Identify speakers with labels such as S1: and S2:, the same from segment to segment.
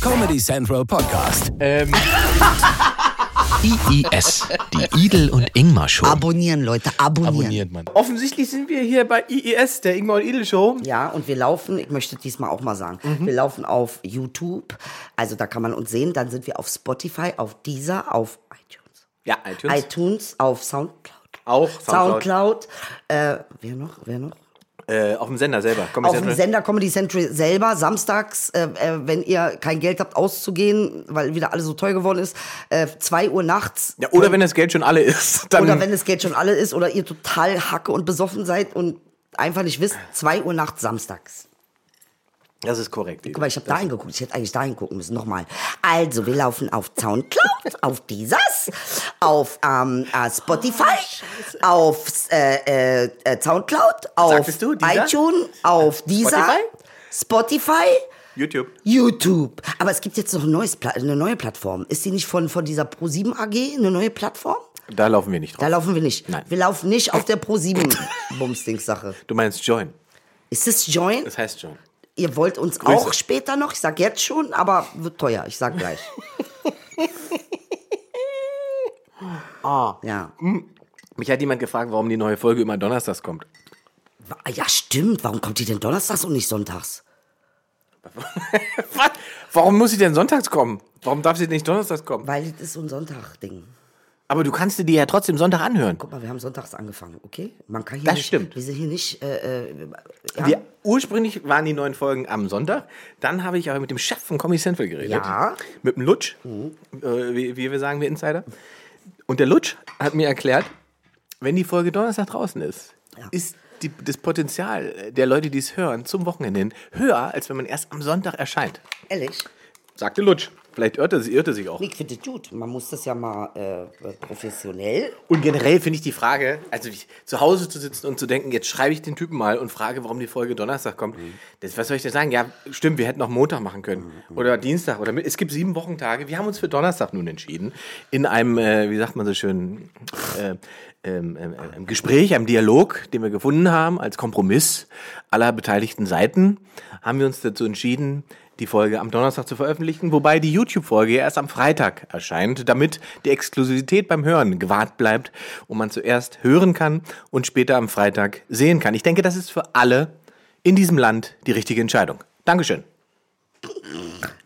S1: Comedy Central Podcast.
S2: Ähm,
S3: IIS, die Idel und Ingmar Show.
S4: Abonnieren, Leute, abonnieren.
S2: abonniert man. Offensichtlich sind wir hier bei IES, der Ingmar und Edel Show.
S4: Ja, und wir laufen, ich möchte diesmal auch mal sagen, wir laufen auf YouTube, also da kann man uns sehen, dann sind wir auf Spotify, auf Deezer, auf iTunes,
S2: Ja, iTunes.
S4: iTunes auf Soundcloud,
S2: auch
S4: Soundcloud,
S2: Soundcloud.
S4: äh, wer noch, wer noch?
S2: Äh, auf dem Sender selber. Komm, ich
S4: Auf
S2: sag
S4: dem
S2: mal.
S4: Sender Comedy Central selber, samstags, äh, äh, wenn ihr kein Geld habt auszugehen, weil wieder alles so teuer geworden ist, äh, 2 Uhr nachts
S2: Ja, oder wenn das Geld schon alle ist, dann.
S4: Oder wenn das Geld schon alle ist oder ihr total hacke und besoffen seid und einfach nicht wisst, 2 Uhr nachts samstags.
S2: das ist korrekt. Edel.
S4: Guck mal, ich habe dahin geguckt. Ich hätte eigentlich dahin gucken müssen. Nochmal. Also, wir laufen auf Soundcloud, auf Deezers, auf ähm, äh, Spotify, auf äh, äh, äh, Soundcloud, auf
S2: Sagtest du, Äh, Deezer?
S4: iTunes, auf Deezer, Spotify,
S2: YouTube.
S4: YouTube. Aber es gibt jetzt noch ein neues Pla eine neue Plattform. Ist die nicht von, von dieser Pro7 AG eine neue Plattform?
S2: Da laufen wir nicht
S4: Da
S2: drauf.
S4: laufen wir nicht.
S2: Nein.
S4: Wir laufen nicht auf der Pro7-Bumsdings-Sache.
S2: Du meinst Join.
S4: Ist es Join?
S2: Das heißt Join.
S4: Ihr wollt uns
S2: Grüße.
S4: auch später noch, ich sag jetzt schon, aber wird teuer, ich sag gleich.
S2: Ah.
S4: Ja.
S2: Mich hat jemand gefragt, warum die neue Folge immer donnerstags kommt.
S4: Wa- Ah, ja, stimmt. Warum kommt die denn donnerstags und nicht sonntags?
S2: Was? Warum muss sie denn sonntags kommen? Warum darf sie nicht donnerstags kommen?
S4: Weil das ist so ein Sonntag-Ding.
S2: Aber du kannst dir die ja trotzdem Sonntag anhören.
S4: Guck mal, wir haben sonntags angefangen, okay? Man kann hier
S2: Das
S4: nicht,
S2: stimmt.
S4: Wir sind hier nicht, äh, äh, ja.
S2: Wir, ursprünglich waren die neuen Folgen am Sonntag. Dann habe ich aber mit dem Chef von Comedy Central geredet.
S4: Ja.
S2: Mit dem Lutsch. Äh, wie, wie wir sagen, wir Insider. Und der Lutsch hat mir erklärt, wenn die Folge Donnerstag draußen ist, ist die, das Potenzial der Leute, die es hören, zum Wochenende hin höher, als wenn man erst am Sonntag erscheint.
S4: ehrlich.
S2: Sagte Lutsch. Vielleicht irrte, sie- irrte sich auch.
S4: Ich finde das gut. Man muss das ja mal äh, professionell.
S2: Und generell finde ich die Frage, also ich, zu Hause zu sitzen und zu denken, jetzt schreibe ich den Typen mal und frage, warum die Folge Donnerstag kommt. Das, was soll ich denn sagen? Ja, stimmt, wir hätten auch Montag machen können. Oder Dienstag. Oder mit, es gibt sieben Wochentage. Wir haben uns für Donnerstag nun entschieden. In einem, äh, wie sagt man so schön, äh, ähm, ähm, ähm, Gespräch, einem Dialog, den wir gefunden haben, als Kompromiss aller beteiligten Seiten, haben wir uns dazu entschieden, die Folge am Donnerstag zu veröffentlichen, wobei die YouTube-Folge ja erst am Freitag erscheint, damit die Exklusivität beim Hören gewahrt bleibt und man zuerst hören kann und später am Freitag sehen kann. Ich denke, das ist für alle in diesem Land die richtige Entscheidung. Dankeschön.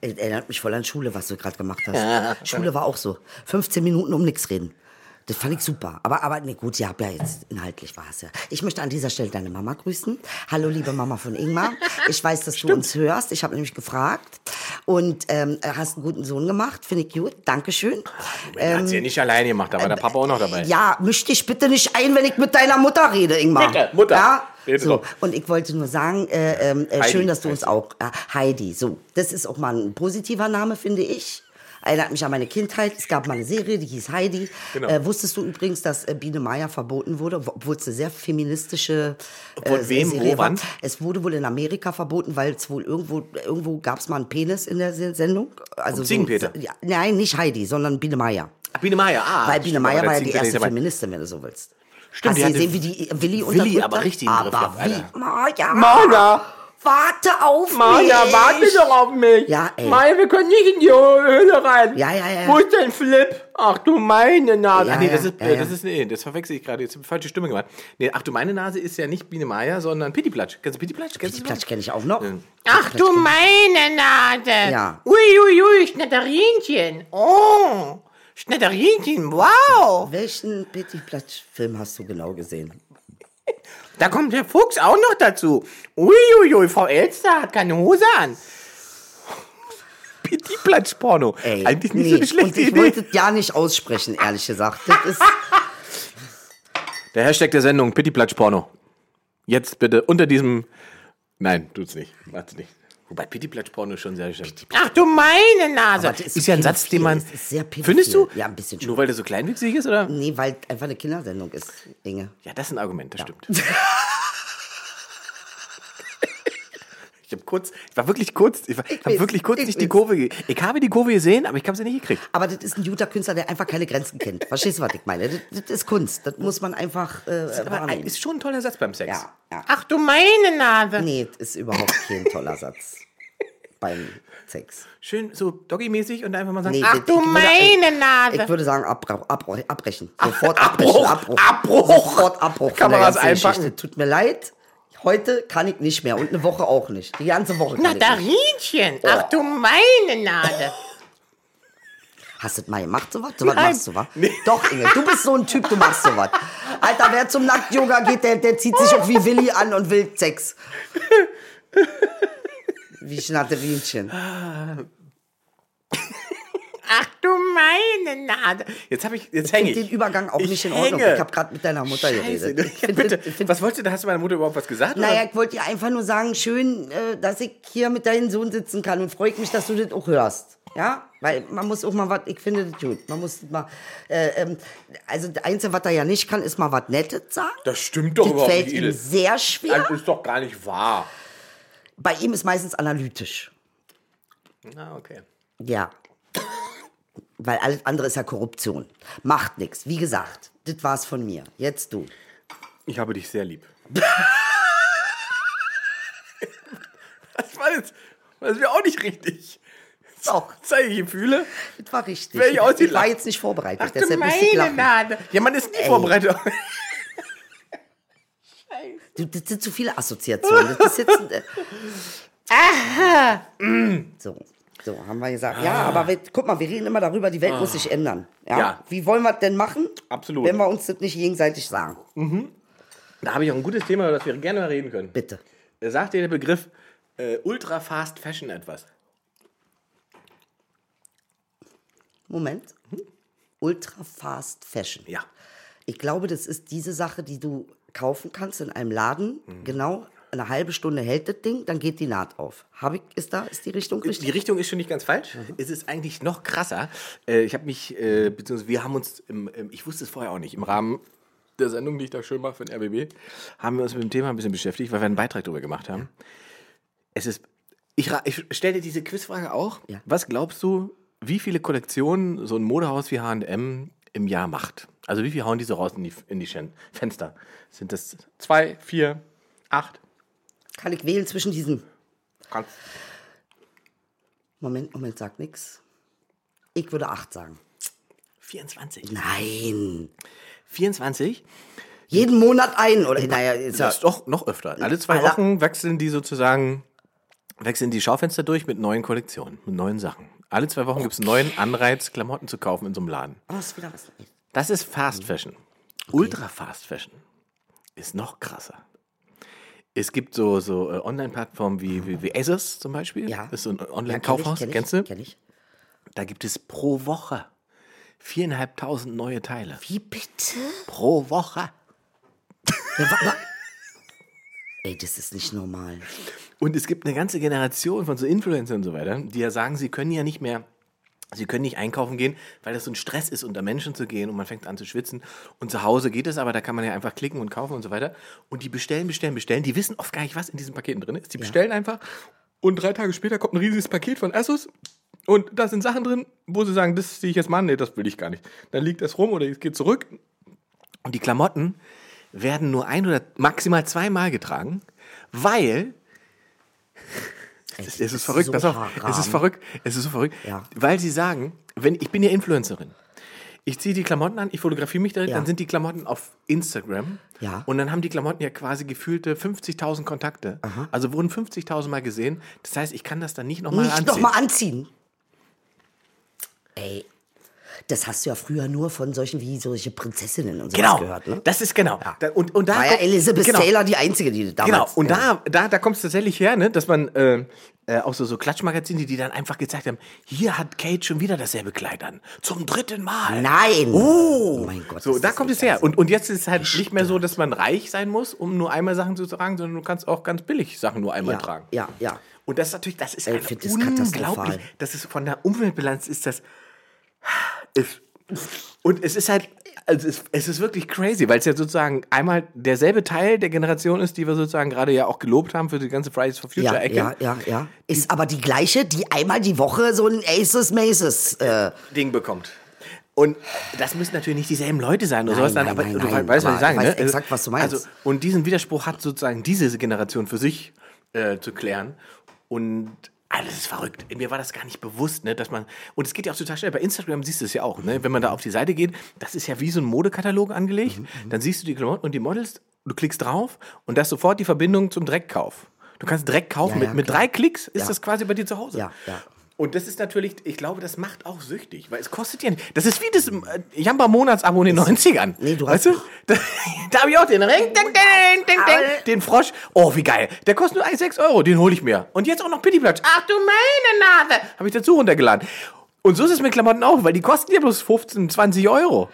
S4: Es erinnert mich voll an Schule, was du gerade gemacht hast. Schule war auch so. 15 Minuten um nichts reden. Das fand ich super. Aber, aber nee, gut, ihr habt ja jetzt inhaltlich war es ja. Ich möchte an dieser Stelle deine Mama grüßen. Hallo, liebe Mama von Ingmar. Ich weiß, dass du uns hörst. Ich habe nämlich gefragt. Und ähm, hast einen guten Sohn gemacht. Finde ich gut. Dankeschön.
S2: Ähm, Hat sie ja nicht alleine gemacht, da war der Papa auch noch dabei.
S4: ähm, Ja, misch dich bitte nicht ein, wenn ich mit deiner Mutter rede, Ingmar.
S2: Bitte, Mutter.
S4: Ja?
S2: Rede
S4: So.
S2: doch.
S4: Und ich wollte nur sagen, äh, ähm, äh,
S2: Heidi
S4: schön, dass du uns
S2: heißt
S4: auch. Äh, Heidi, so. Das ist auch mal ein positiver Name, finde ich. Erinnert mich an meine Kindheit. Es gab mal eine Serie, die hieß Heidi.
S2: Genau.
S4: Äh, wusstest du übrigens, dass äh, Biene Meier verboten wurde, obwohl es eine sehr feministische äh,
S2: Von wem,
S4: Serie
S2: wo,
S4: war?
S2: wann?
S4: Es wurde wohl in Amerika verboten, weil es wohl irgendwo, irgendwo gab es mal einen Penis in der Se- Sendung. Also
S2: Und Ziegenpeter?
S4: So, ja, nein, nicht Heidi, sondern Biene Meier.
S2: Biene Meier, ah.
S4: Weil Biene
S2: stimmt,
S4: Meyer
S2: aber
S4: war ja
S2: da
S4: die
S2: ziehen wir nicht
S4: erste
S2: dabei.
S4: Feministin, wenn du so willst.
S2: Stimmt, die
S4: Hast du
S2: hatte
S4: gesehen, wie die Willi
S2: Willi
S4: unterdrückt
S2: aber
S4: hat?
S2: richtig im Griff
S4: Ah, Aber
S2: gehabt,
S4: wie,
S2: Alter.
S4: Maja,
S2: Maja!
S4: warte auf
S2: Maja,
S4: mich.
S2: warte doch auf mich.
S4: Ja, ey.
S2: Maja, wir können nicht in die Höhle rein.
S4: Ja, ja, ja.
S2: Wo ist denn Flip? Ach du meine Nase.
S4: Ja,
S2: ach nee, das
S4: ja,
S2: ist,
S4: ja,
S2: äh,
S4: ja.
S2: das ist, nee, das verwechsel ich gerade. Jetzt habe ich falsche Stimme gemacht. Nee, ach du meine Nase ist ja nicht Biene Meier, sondern Pittiplatsch. Kennst du Pittiplatsch? Kennst
S4: Die
S2: du
S4: Klatsch kenne ich auch noch.
S5: Ach du meine Nase!
S4: Ja.
S5: Ui, ui, ui, Schnetterinchen. Oh, Schnetterinchen, wow.
S4: Welchen Betty Platsch-Film hast du genau gesehen?
S5: Da kommt der Fuchs auch noch dazu. Ui, ui, ui, Frau Elster hat keine Hose an.
S2: Pittiplatsch-Porno.
S4: Ey,
S2: Eigentlich nicht
S4: nee.
S2: so eine schlechte
S4: Und ich
S2: Idee.
S4: wollte das ja nicht aussprechen, ehrlich gesagt. Das ist,
S2: Der Hashtag der Sendung, Pittiplatsch-Porno. Jetzt bitte unter diesem... Nein, tut's nicht. Macht's nicht. Wobei Pittiplatsch-Porno schon sehr schön.
S5: Ach du meine Nase.
S4: das
S2: Ist ja ein Satz, den
S4: pädophil.
S2: man...
S4: Das ist sehr pädophil.
S2: Findest du?
S4: Ja, ein bisschen schon.
S2: Nur weil der so kleinwüchsig ist, oder?
S4: Nee, weil einfach eine Kindersendung ist, Inge.
S2: Ja, das ist ein Argument, das stimmt. ich habe kurz, ich war wirklich kurz, ich, war- ich habe
S4: weiß,
S2: wirklich kurz
S4: ich
S2: nicht die
S4: weiß.
S2: Kurve ge Ich habe die Kurve gesehen, aber ich habe sie nicht gekriegt.
S4: Aber das ist ein guter Künstler, der einfach keine Grenzen kennt. Verstehst du, was ich meine? Das, das ist Kunst. Das muss man einfach äh,
S2: Aber ein-
S4: wahrnehmen.
S2: ist schon ein toller Satz beim Sex.
S4: ja, ja.
S5: Ach du meine Nase.
S4: Nee, das ist überhaupt kein toller Satz. beim Sex.
S2: Schön so doggymäßig und einfach mal sagen,
S4: Nee,
S2: ach
S4: ich-
S2: du
S4: ich würde-
S2: meine
S4: ich,
S2: Nase.
S4: Ich würde sagen, abbra- abbra- abbrechen. Sofort
S2: Abbruch,
S4: abbrechen. Abbruch.
S2: Abbruch.
S4: Sofort Abbruch. von der
S2: Kameras
S4: ganzen
S2: einpacken.
S4: Geschichte. Tut mir leid. Heute kann ich nicht mehr und eine Woche auch nicht. Die ganze Woche kann ich nicht.
S2: Natarinchen,
S4: Oh.
S2: ach du meine Nase.
S4: Hast du das mal gemacht, sowas? Sowas machst du, was? Doch, Inge, du bist so ein Typ, du machst sowas. Alter, wer zum Nackt-Yoga geht, der, der zieht sich auch wie Willi an und will Sex. Wie Schnatterinchen.
S2: Ach du meine Nase. Jetzt habe ich, jetzt hänge
S4: Ich den
S2: ich.
S4: Übergang auch
S2: Ich
S4: nicht in Ordnung.
S2: hänge.
S4: Ich habe gerade mit deiner Mutter
S2: Scheiße,
S4: geredet. Ich
S2: du,
S4: find-
S2: bitte.
S4: ich find-
S2: was wolltest du, da hast du meiner Mutter überhaupt was gesagt?
S4: Naja, ich wollte dir einfach nur sagen, schön, äh, dass ich hier mit deinem Sohn sitzen kann und freue mich, dass du das auch hörst. Ja, weil man muss auch mal was, ich finde das gut. Man muss mal, äh, ähm, also das Einzige, was er ja nicht kann, ist mal was Nettes sagen.
S2: Das stimmt doch
S4: das
S2: überhaupt
S4: fällt
S2: nicht,
S4: ihm
S2: Edith.
S4: sehr
S2: oder?
S4: schwer.
S2: Das ist doch gar nicht wahr.
S4: Bei ihm ist meistens analytisch.
S2: Na, okay.
S4: Ja. Weil alles andere ist ja Korruption. Macht nichts. Wie gesagt, das war's von mir. Jetzt du.
S2: Ich habe dich sehr lieb. das war jetzt, das wäre auch nicht richtig.
S4: Doch,
S2: Zeige Gefühle.
S4: das war richtig.
S2: Welche Aussicht-
S4: ich war jetzt nicht vorbereitet.
S2: Ach du
S4: deshalb musste ich
S2: meine
S4: lachen.
S2: Nase. Ja, man ist nie vorbereitet.
S4: Du, das sind zu viele Assoziationen. Das ist jetzt. Äh, Mm. so, so haben wir gesagt. Ja, aber wir, guck mal, wir reden immer darüber, die Welt muss sich ändern. Ja?
S2: Ja.
S4: Wie wollen wir das denn machen?
S2: Absolut.
S4: Wenn wir uns das nicht gegenseitig sagen.
S2: Da habe ich auch ein gutes Thema, über das wir gerne mal reden können.
S4: Bitte.
S2: Sagt dir der Begriff äh, Ultra Fast Fashion etwas?
S4: Moment. Ultra Fast Fashion.
S2: Ja.
S4: Ich glaube, das ist diese Sache, die du kaufen kannst in einem Laden.
S2: Mhm.
S4: Genau. Eine halbe Stunde hält das Ding, dann geht die Naht auf. Hab ich, ist da, ist die Richtung richtig?
S2: Die Richtung ist schon nicht ganz falsch. Es ist eigentlich noch krasser. Äh, ich habe mich, äh, beziehungsweise wir haben uns, im, im, ich wusste es vorher auch nicht, im Rahmen der Sendung, die ich da schön mache für den RBB, haben wir uns mit dem Thema ein bisschen beschäftigt, weil wir einen Beitrag darüber gemacht haben. Es ist, ich, ra- ich stelle dir diese Quizfrage auch.
S4: Ja.
S2: Was glaubst du, wie viele Kollektionen so ein Modehaus wie H&M im Jahr macht? Also wie viel hauen die so raus in die, in die Schen- Fenster? Sind das zwei, vier, acht?
S4: Kann ich wählen zwischen diesen?
S2: Kannst-
S4: Moment, Moment, sagt nix. Ich würde acht sagen.
S2: 24.
S4: Nein.
S2: 24?
S4: Jeden Monat ein, oder? Naja, ist ja.
S2: Das ist doch noch öfter. Alle zwei
S4: Alle-
S2: Wochen wechseln die sozusagen, wechseln die Schaufenster durch mit neuen Kollektionen, mit neuen Sachen. Alle zwei Wochen gibt es einen neuen Anreiz, Klamotten zu kaufen in so einem Laden.
S4: Oh, ist wieder was. Neues.
S2: Das ist Fast Fashion. Ultra Fast Fashion ist noch krasser. Es gibt so, so äh, Online-Plattformen wie, wie, wie ASOS zum Beispiel.
S4: Ja.
S2: Das ist so ein
S4: Kaufhaus,
S2: Online-Kaufhaus.
S4: kenn ich,
S2: Kennst du?
S4: Kenn ich.
S2: Da gibt es pro Woche viereinhalbtausend neue Teile.
S4: Wie bitte?
S2: Pro Woche.
S4: Ja, wa, wa. Ey, das ist nicht normal.
S2: Und es gibt eine ganze Generation von so Influencern und so weiter, die ja sagen, sie können ja nicht mehr, sie können nicht einkaufen gehen, weil das so ein Stress ist, unter Menschen zu gehen und man fängt an zu schwitzen. Und zu Hause geht es, aber da kann man ja einfach klicken und kaufen und so weiter. Und die bestellen, bestellen, bestellen. Die wissen oft gar nicht, was in diesen Paketen drin ist. Die bestellen einfach und drei Tage später kommt ein riesiges Paket von Asus. Und da sind Sachen drin, wo sie sagen, das ziehe ich jetzt mal an, nee, das will ich gar nicht. Dann liegt das rum oder es geht zurück. Und die Klamotten werden nur ein oder maximal zweimal getragen, weil
S4: Ey,
S2: es, es ist verrückt, pass auf. Es ist verrückt, es ist so verrückt.
S4: Ja.
S2: Weil sie sagen, wenn, ich bin ja Influencerin. Ich ziehe die Klamotten an, ich fotografiere mich darin,
S4: Ja.
S2: dann sind die Klamotten auf Instagram.
S4: Ja.
S2: Und dann haben die Klamotten ja quasi gefühlte 50.000 Kontakte. Also wurden 50.000 Mal gesehen. Das heißt, ich kann das dann nicht nochmal
S4: Nicht
S2: anziehen.
S4: nochmal anziehen. Ey, das hast du ja früher nur von solchen wie solche Prinzessinnen und so
S2: genau,
S4: gehört, ne?
S2: das ist genau. Da, und, und da
S4: War ja
S2: kommt-
S4: Elizabeth
S2: genau.
S4: Taylor die Einzige, die das
S2: Genau,
S4: damals...
S2: und da, da, da kommt es tatsächlich her, ne, dass man äh, äh, auch so, so Klatschmagazine, die dann einfach gezeigt haben, hier hat Kate schon wieder dasselbe Kleid an. Zum dritten Mal.
S4: Nein! Oh, mein Gott.
S2: So,
S4: ist
S2: da
S4: das
S2: kommt
S4: nicht
S2: es her.
S4: geil.
S2: Und, und jetzt ist es halt nicht mehr so, dass man reich sein muss, um nur einmal Sachen zu tragen, sondern du kannst auch ganz billig Sachen nur einmal
S4: ja,
S2: tragen.
S4: Ja, ja.
S2: Und das ist natürlich, das ist
S4: Ey,
S2: einfach
S4: find das
S2: unglaublich.
S4: katastrophal.
S2: Das ist von der Umweltbilanz ist das. Ist, und es ist halt, also es, es ist wirklich crazy, weil es ja sozusagen einmal derselbe Teil der Generation ist, die wir sozusagen gerade ja auch gelobt haben für die ganze Fridays for Future
S4: Ja,
S2: Ecke.
S4: ja, ja, ja. Ist aber die gleiche, die einmal die Woche so ein Aces Maces. Äh,
S2: Ding bekommt. Und das müssen natürlich nicht dieselben Leute sein oder
S4: Nein,
S2: sowas, dann,
S4: nein,
S2: aber
S4: nein,
S2: du
S4: nein,
S2: weißt, was
S4: aber
S2: ich sagen.
S4: ich weiß
S2: ne?
S4: exakt, was du meinst.
S2: Also, und diesen Widerspruch hat sozusagen diese Generation für sich äh, zu klären. Und Also das ist verrückt. Mir war das gar nicht bewusst, ne, dass man. Und es geht ja auch total schnell. Bei Instagram siehst du es ja auch, ne? Wenn man da auf die Seite geht, das ist ja wie so ein Modekatalog angelegt.
S4: Mhm,
S2: Dann siehst du die Klamotten und die Models, du klickst drauf und das sofort die Verbindung zum Dreckkauf. Du kannst Dreck kaufen.
S4: Ja,
S2: mit,
S4: ja,
S2: mit
S4: klar.
S2: drei Klicks ist
S4: Ja.
S2: das quasi bei dir zu Hause.
S4: Ja, ja.
S2: Und das ist natürlich, ich glaube, das macht auch süchtig, weil es kostet ja nicht. Das ist wie das äh, Jamba-Monatsabo in den 90ern.
S4: Nee, du
S2: weißt
S4: hast-
S2: du? Da, da habe ich auch den Ring, ding, ding, ding, ding, den Frosch. Oh, wie geil. Der kostet nur 6 Euro, den hole ich mir. Und jetzt auch noch Pittiplatsch. Ach du meine Nase. Habe ich dazu runtergeladen. Und so ist es mit Klamotten auch, weil die kosten ja bloß 15, 20 Euro.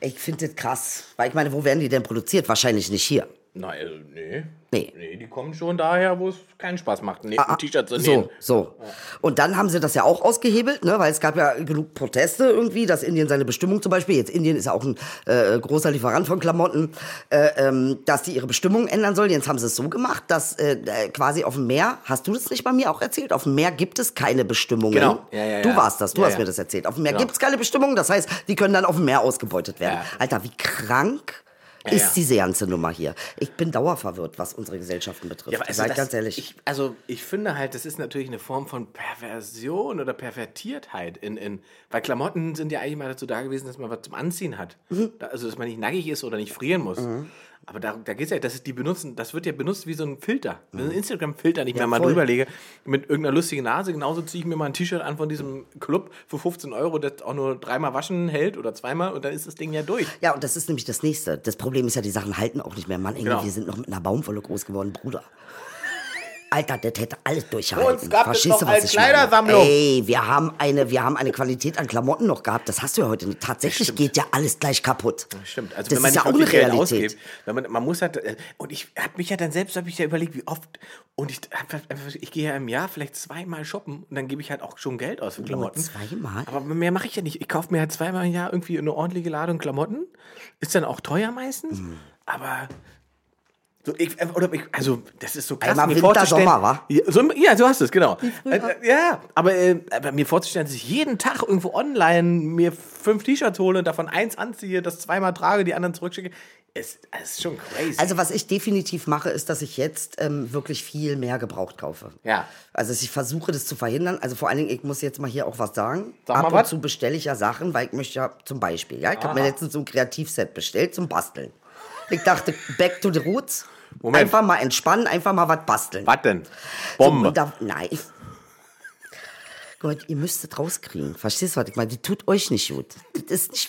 S4: Ich finde das krass. Weil ich meine, wo werden die denn produziert? Wahrscheinlich nicht hier.
S2: Nein, also, nee.
S4: Nee.
S2: die kommen schon daher, wo es keinen Spaß macht, nee, um
S4: Ah, So, so. Und dann haben sie das ja auch ausgehebelt, ne? weil es gab ja genug Proteste irgendwie, dass Indien seine Bestimmung zum Beispiel, jetzt Indien ist ja auch ein äh, großer Lieferant von Klamotten, äh, ähm, dass die ihre Bestimmung ändern sollen. Jetzt haben sie es so gemacht, dass äh, äh, quasi auf dem Meer, hast du das nicht bei mir auch erzählt, auf dem Meer gibt es keine Bestimmungen.
S2: Genau. Ja, ja,
S4: du
S2: ja.
S4: warst das, du
S2: Ja,
S4: hast
S2: ja. Genau.
S4: mir das erzählt. Auf dem Meer gibt es keine Bestimmungen, das heißt, die können dann auf dem Meer ausgebeutet werden.
S2: Ja.
S4: Alter, wie krank. ist
S2: ja.
S4: diese ganze Nummer hier. Ich bin dauerverwirrt, was unsere Gesellschaften betrifft.
S2: Ja, aber also
S4: Seid
S2: das,
S4: ganz ehrlich.
S2: Ich, also ich finde halt, das ist natürlich eine Form von Perversion oder Pervertiertheit. In, in, weil Klamotten sind ja eigentlich mal dazu da gewesen, dass man was zum Anziehen hat.
S4: Mhm.
S2: Da, also dass man nicht nackig ist oder nicht frieren muss. Aber da, da geht es ja, dass die benutzen, das wird ja benutzt wie so ein Filter. Wenn ein Instagram-Filter nicht mehr mal
S4: Mhm. voll.
S2: drüberlege, mit irgendeiner lustigen Nase, genauso ziehe ich mir mal ein T-Shirt an von diesem Club für 15 Euro, das auch nur dreimal waschen hält oder zweimal und dann ist das Ding ja durch.
S4: Ja, und das ist nämlich das Nächste. Das Problem ist ja, die Sachen halten auch nicht mehr. Mann, Engel,
S2: Genau.
S4: wir sind noch mit einer Baumwolle groß geworden, Bruder. Alter, das hätte alles durchhalten.
S2: Uns gab es
S4: Verstehst du,
S2: noch
S4: was
S2: als
S4: ich meine?
S2: Kleidersammlung.
S4: Ey, wir haben, eine, wir haben eine Qualität an Klamotten noch gehabt. Das hast du ja heute nicht. Tatsächlich geht ja alles gleich kaputt.
S2: Stimmt, also
S4: das
S2: wenn man
S4: ist ja
S2: nicht
S4: auch eine
S2: wirklich Geld
S4: Realität.
S2: ausgibt, wenn man, man muss halt, äh, und ich habe mich ja dann selbst, habe ich ja überlegt, wie oft, und ich, hab halt einfach- ich gehe ja im Jahr vielleicht zweimal shoppen und dann gebe ich halt auch schon Geld aus für Klamotten.
S4: zweimal?
S2: Aber mehr mache ich ja nicht. Ich kaufe mir halt zweimal im Jahr irgendwie eine ordentliche Ladung Klamotten. Ist dann auch teuer meistens,
S4: Mhm.
S2: aber... So, ich, äh, oder ich, also, das ist so krass.
S4: Einmal
S2: mir
S4: Winter,
S2: vorzustellen-
S4: Sommer, wa?
S2: Ja, so, ja, so hast du es, genau. Äh, äh, ja, aber, äh, aber mir vorzustellen, dass ich jeden Tag irgendwo online mir fünf T-Shirts hole und davon eins anziehe, das zweimal trage, die anderen zurückschicke, ist, ist schon crazy.
S4: Also was ich definitiv mache, ist, dass ich jetzt ähm, wirklich viel mehr gebraucht kaufe.
S2: Ja.
S4: Also ich versuche das zu verhindern. Also vor allen Dingen, ich muss jetzt mal hier auch was sagen.
S2: Sag
S4: Ab
S2: mal
S4: und
S2: was.
S4: zu bestelle ich ja Sachen, weil ich möchte ja zum Beispiel, ja, ich habe mir letztens so ein Kreativset bestellt zum Basteln. Ich dachte, back to the roots.
S2: Moment.
S4: Einfach mal entspannen, einfach mal was basteln.
S2: was denn?
S4: So,
S2: Bombe.
S4: und da, nein. Gott, ihr müsstet rauskriegen. Verstehst du, was ich meine? Die tut euch nicht gut. Das ist nicht,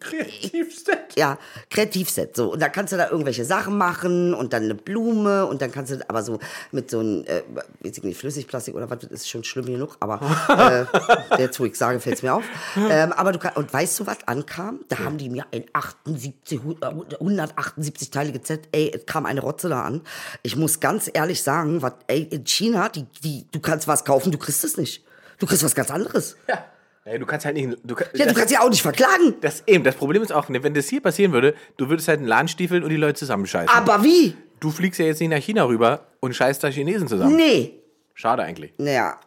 S2: Kreativste.
S4: ja, Kreativset. So. Und da kannst du da irgendwelche Sachen machen und dann eine Blume und dann kannst du aber so mit so einem, äh, weiß ich nicht, Flüssigplastik oder was, das ist schon schlimm genug, aber äh, jetzt, wo ich sage, fällt es mir auf. Ähm, aber du kannst, und weißt du, was ankam? Da haben die mir ein 78, hu- äh, 178-teilige Z, ey, es kam eine Rotze da an. Ich muss ganz ehrlich sagen, was, ey, in China, die, die, du kannst was kaufen, du kriegst es nicht. Du kriegst was ganz anderes.
S2: Ja. Naja, du kannst halt nicht. Du, kann-
S4: Ja, du
S2: das-
S4: kannst ja auch nicht verklagen.
S2: das eben, das Problem ist auch, ne, wenn das hier passieren würde, du würdest halt einen Lahnstiefel und die Leute zusammenscheißen.
S4: Aber wie?
S2: du fliegst ja jetzt nicht nach China rüber und scheißt da Chinesen zusammen.
S4: Nee.
S2: Schade eigentlich.
S4: Naja.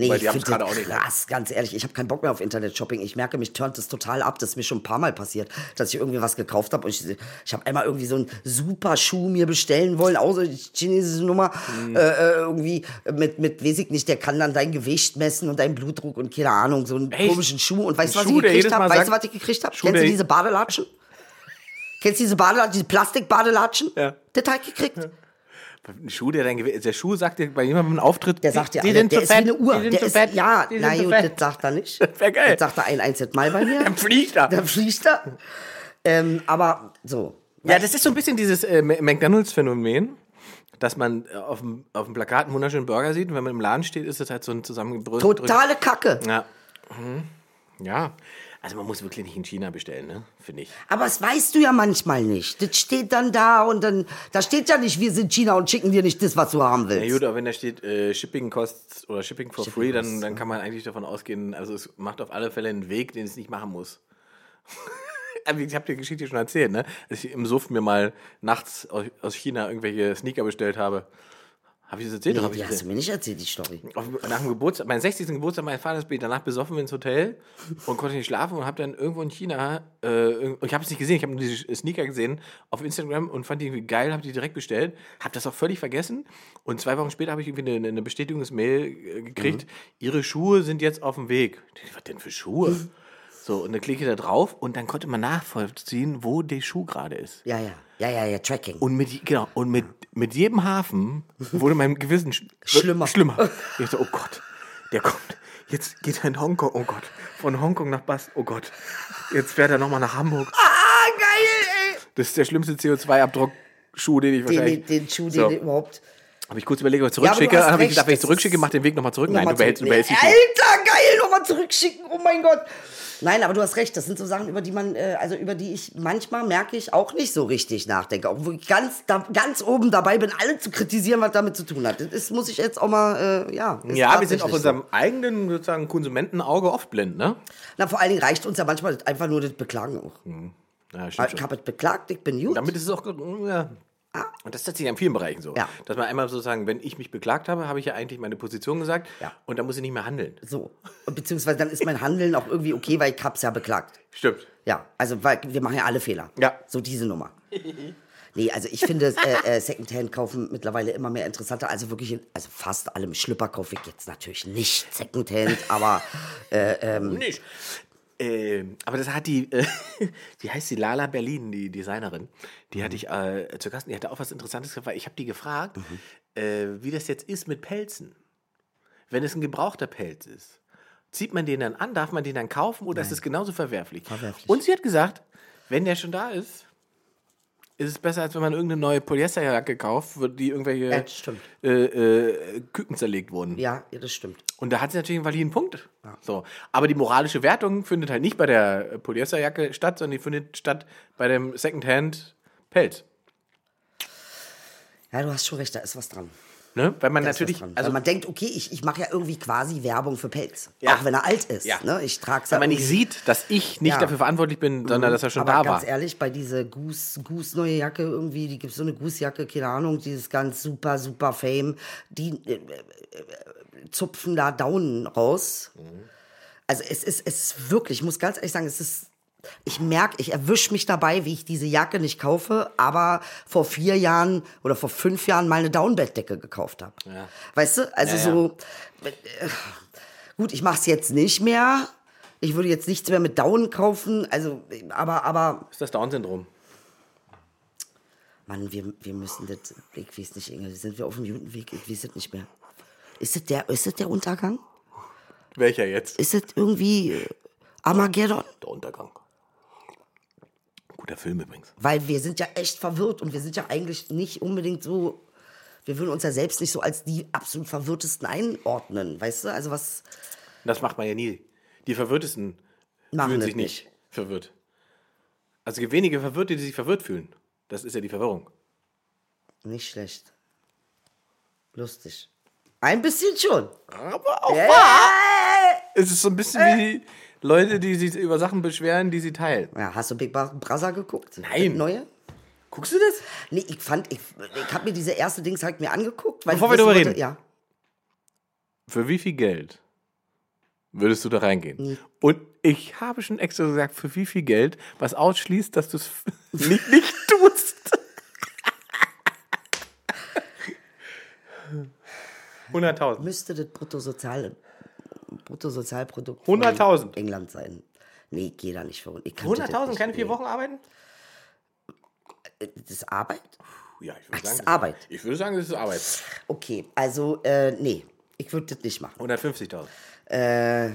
S4: Nee,
S2: Weil
S4: ich
S2: die haben's
S4: finde
S2: gerade auch
S4: das
S2: nicht.
S4: krass, ganz ehrlich. Ich habe keinen Bock mehr auf Internet-Shopping. Ich merke, mich turnt das total ab. Das ist mir schon ein paar Mal passiert, dass ich irgendwie was gekauft habe. Und ich, ich habe einmal irgendwie so einen super Schuh mir bestellen wollen, außer die chinesische Nummer.
S2: Mhm.
S4: Äh, äh, irgendwie mit, mit, weiß ich nicht, der kann dann dein Gewicht messen und deinen Blutdruck und keine Ahnung, so einen
S2: Echt?
S4: komischen Schuh. Und weißt du,
S2: Ein
S4: was
S2: Schuh,
S4: ich
S2: der
S4: gekriegt
S2: jedes Mal
S4: habe? Weißt du, was
S2: sagt-
S4: ich gekriegt habe?
S2: Schuh,
S4: Kennst du
S2: der-
S4: diese Badelatschen? Kennst du diese Badelatschen, diese Plastikbadelatschen?
S2: Ja.
S4: Das habe ich gekriegt.
S2: Ein Schuh, der, dein Gew- der Schuh sagt dir bei jemandem einen Auftritt,
S4: Der sagt ja,
S2: die, die
S4: alle,
S2: sind
S4: der
S2: zu
S4: ist wie
S2: fett,
S4: eine Uhr.
S2: Die sind
S4: Der
S2: zu
S4: ist,
S2: fett,
S4: ja,
S2: die sind
S4: na
S2: zu
S4: gut, das
S2: fett.
S4: sagt er nicht.
S2: wär geil.
S4: Das sagt er ein einziges Mal bei mir.
S2: Dann fliegt er.
S4: Dann fliegt er. Ähm, aber so.
S2: Ja, das ist so ein bisschen dieses äh, Ma- McDonalds-Phänomen, dass man äh, auf dem, auf dem Plakat einen wunderschönen Burger sieht und wenn man im Laden steht, ist das halt so ein zusammengebrüllter.
S4: Totale Kacke.
S2: Ja. Mhm. ja. Also man muss wirklich nicht in China bestellen, ne? Finde ich.
S4: Aber das weißt du ja manchmal nicht. Das steht dann da und dann, da steht ja nicht, wir sind China und schicken dir nicht das, was du haben
S2: Ja,
S4: willst.
S2: gut, aber wenn da steht äh, Shipping Costs oder Shipping for Free, dann, dann kann man eigentlich davon ausgehen, also es macht auf alle Fälle einen Weg, den es nicht machen muss. Aber Ich habe die Geschichte schon erzählt, ne? Als ich im Suff mir mal nachts aus aus China irgendwelche Sneaker bestellt habe, Habe ich das erzählt?
S4: Nee,
S2: oder hab
S4: die
S2: ich
S4: hast du mir nicht erzählt, die Story.
S2: auf, nach dem Geburtstag, meinen 60. Geburtstag meines Vaters bin ich danach besoffen ins Hotel und konnte nicht schlafen und habe dann irgendwo in China, äh, irgend- und ich habe es nicht gesehen, ich habe nur diese Sneaker gesehen auf Instagram und fand die irgendwie geil, habe die direkt bestellt, habe das auch völlig vergessen und zwei Wochen später habe ich irgendwie eine, eine Bestätigungsmail äh, gekriegt, ihre Schuhe sind jetzt auf dem Weg. Ich dachte, Was denn für Schuhe? So, und dann klicke ich da drauf und dann konnte man nachvollziehen, wo der Schuh gerade ist.
S4: Ja, ja. Ja, ja, ja, Tracking.
S2: Und mit, genau, und mit, mit jedem Hafen wurde mein Gewissen sch
S4: Schlimmer.
S2: schlimmer. Ich so, oh Gott, der kommt. Jetzt geht er in Hongkong, oh Gott. Von Hongkong nach Bas, oh Gott. Jetzt fährt er nochmal nach Hamburg.
S4: ah, geil, ey!
S2: Das ist der schlimmste CO2-Abdruckschuh, den ich wahrscheinlich.
S4: Den, den Schuh,
S2: So.
S4: den überhaupt.
S2: Habe ich kurz überlegt, ob ich
S4: Ja, aber du
S2: zurückschicke.
S4: hast
S2: Dann habe ich
S4: recht,
S2: gedacht, wenn ich
S4: das
S2: zurückschicke,
S4: ist-
S2: mach den Weg nochmal zurück. Nein,
S4: Nochmal
S2: du behältst, du
S4: zurück-
S2: behältst die Schuhe.
S4: Alter, geil, nochmal zurückschicken, oh mein Gott. Nein, aber du hast recht, das sind so Sachen, über die man, äh, also über die ich manchmal merke ich auch nicht so richtig nachdenke. Obwohl ich ganz, da, ganz oben dabei bin, alle zu kritisieren, was damit zu tun hat. Das ist, muss ich jetzt auch mal, äh, ja. ist
S2: Ja, wir sind
S4: tatsächlich
S2: auf
S4: so.
S2: unserem eigenen sozusagen Konsumentenauge oft blind, ne?
S4: Na, vor allen Dingen reicht uns ja manchmal das- einfach nur das Beklagen auch.
S2: Ja, stimmt
S4: Ich habe es beklagt, ich bin gut. Ah,
S2: Damit ist es auch. Ja. Und das ist tatsächlich in vielen Bereichen so.
S4: Ja.
S2: Dass man einmal sozusagen, wenn ich mich beklagt habe, habe ich ja eigentlich meine Position gesagt
S4: Ja.
S2: und dann muss ich nicht mehr handeln.
S4: so. Und beziehungsweise dann ist mein Handeln auch irgendwie okay, weil ich hab's ja beklagt.
S2: Stimmt.
S4: Ja, also weil wir machen ja alle Fehler.
S2: Ja.
S4: So diese Nummer. Nee, also ich finde äh, äh, Secondhand kaufen mittlerweile immer mehr interessanter. Also wirklich, also fast allem Schlüpper kaufe ich jetzt natürlich nicht Secondhand, aber äh,
S2: Nicht. Ähm, aber das hat die, äh, wie heißt die, Lala Berlin, die Designerin, die hatte ich äh, zu Gast, und die hatte auch was Interessantes gefragt. Ich habe die gefragt, äh, wie das jetzt ist mit Pelzen. Wenn es ein gebrauchter Pelz ist, zieht man den dann an, darf man den dann kaufen oder ist es genauso verwerflich?
S4: Verwerflich.
S2: Und sie hat gesagt, wenn der schon da ist, ist es besser, als wenn man irgendeine neue Polyesterjacke kauft, wo die irgendwelche
S4: Ja, stimmt.
S2: äh, äh, Küken zerlegt wurden.
S4: ja, ja, das stimmt.
S2: Und da hat sie natürlich einen validen Punkt. So. Aber die moralische Wertung findet halt nicht bei der äh, Polyesterjacke statt, sondern die findet statt bei dem Secondhand-Pelz.
S4: Ja, du hast schon recht, da ist was dran.
S2: Ne? Weil man
S4: Da ist
S2: natürlich,
S4: was dran.
S2: also
S4: Weil man denkt, okay, ich, ich mache ja irgendwie quasi Werbung für Pelz.
S2: Ja.
S4: Auch wenn er alt ist.
S2: Ja.
S4: Ne? Ich trage es
S2: wenn man nicht sieht, dass ich nicht
S4: Ja. Mhm.
S2: dafür verantwortlich bin, sondern dass er schon
S4: Ähm, Aber
S2: da
S4: ganz
S2: war.
S4: ehrlich, bei dieser Goose, Goose neue Jacke irgendwie, die gibt so eine Goose-Jacke, keine Ahnung, dieses ganz super, super Fame, die äh, äh, äh, zupfen da Daunen raus.
S2: Mhm.
S4: Also es ist, es ist wirklich, ich muss ganz ehrlich sagen, es ist, ich merke, ich erwische mich dabei, wie ich diese Jacke nicht kaufe, aber vor vier Jahren oder vor fünf Jahren mal eine Downbettdecke gekauft habe. Weißt du, also
S2: Ja, ja.
S4: so, gut, ich mache es jetzt nicht mehr. Ich würde jetzt nichts mehr mit Down kaufen. Also, aber, aber,
S2: Ist das Down-Syndrom?
S4: Mann, wir, wir müssen das. Ich weiß nicht, Inge, sind wir auf dem guten Weg? Ich weiß es nicht mehr. Ist es der, ist es der Untergang?
S2: Welcher jetzt?
S4: Ist es irgendwie äh, Armageddon?
S2: Der Untergang. Guter Film übrigens.
S4: Weil wir sind ja echt verwirrt und wir sind ja eigentlich nicht unbedingt so. Wir würden uns ja selbst nicht so als die absolut verwirrtesten einordnen, weißt du? Also was
S2: Das macht man ja nie. Die Verwirrtesten
S4: machen
S2: fühlen
S4: das
S2: sich nicht, verwirrt. Also es gibt wenige Verwirrte, die sich verwirrt fühlen. Das ist ja die Verwirrung.
S4: Nicht schlecht. Lustig. Ein bisschen schon.
S2: Aber auch
S4: Ja.
S2: Es ist so ein bisschen wie Leute, die sich über Sachen beschweren, die sie teilen.
S4: Ja, hast du Big Bra- Brother geguckt?
S2: Nein.
S4: Das Neue?
S2: Guckst du das?
S4: Nee, ich fand, ich, ich habe mir diese erste Dings halt mir angeguckt. Weil
S2: Bevor
S4: ich
S2: wir
S4: wissen
S2: drüber
S4: wollte- Ja.
S2: Für wie viel Geld würdest du da reingehen? Und ich habe schon extra gesagt, für wie viel Geld, was ausschließt, dass du es nicht, nicht tust. 100.000.
S4: Müsste das Bruttosozial, Bruttosozialprodukt
S2: 100.000.
S4: von England sein. Nee, ich gehe da nicht vor. Ich kann das nicht.
S2: 100.000, keine vier Wochen arbeiten?
S4: Das ist Arbeit?
S2: Ja, ich würde
S4: das ist Arbeit.
S2: Ich würde sagen, das ist Arbeit.
S4: Okay, also, äh, nee, ich würde das nicht machen.
S2: 150.000.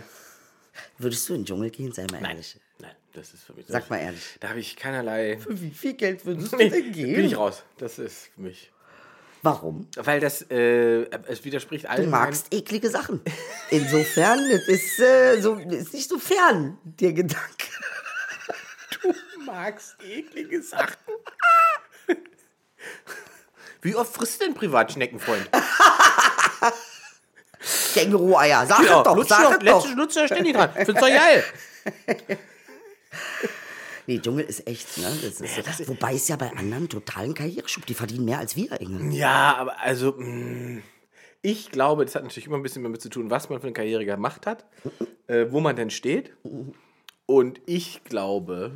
S4: Würdest du in den Dschungel gehen, sei mal ehrlich.
S2: Nein, das ist für mich.
S4: Sag mal ehrlich.
S2: Da habe ich keinerlei.
S4: Wie viel Geld würdest du
S2: Nee,
S4: denn geben?
S2: bin ich raus. Das ist für mich.
S4: Warum?
S2: Weil das, äh, es widerspricht allen.
S4: Du magst eklige Sachen. Insofern, das ist, äh, so, das ist nicht so fern, der Gedanke.
S2: Du magst eklige Sachen. Wie oft frisst denn Privatschnecken, Freund?
S4: Känguru-Eier, sag es doch,
S2: Lutz
S4: sag es doch.
S2: Lutz, Lutz da ständig dran. Find's doch geil.
S4: Nee, Dschungel ist echt, ne? Das ist so. Wobei es ja bei anderen totalen Karriereschub, die verdienen mehr als wir, Inge.
S2: Ja, aber also, mh, Ich glaube, das hat natürlich immer ein bisschen damit zu tun, was man für eine Karriere gemacht hat, äh, wo man denn steht. Und ich glaube,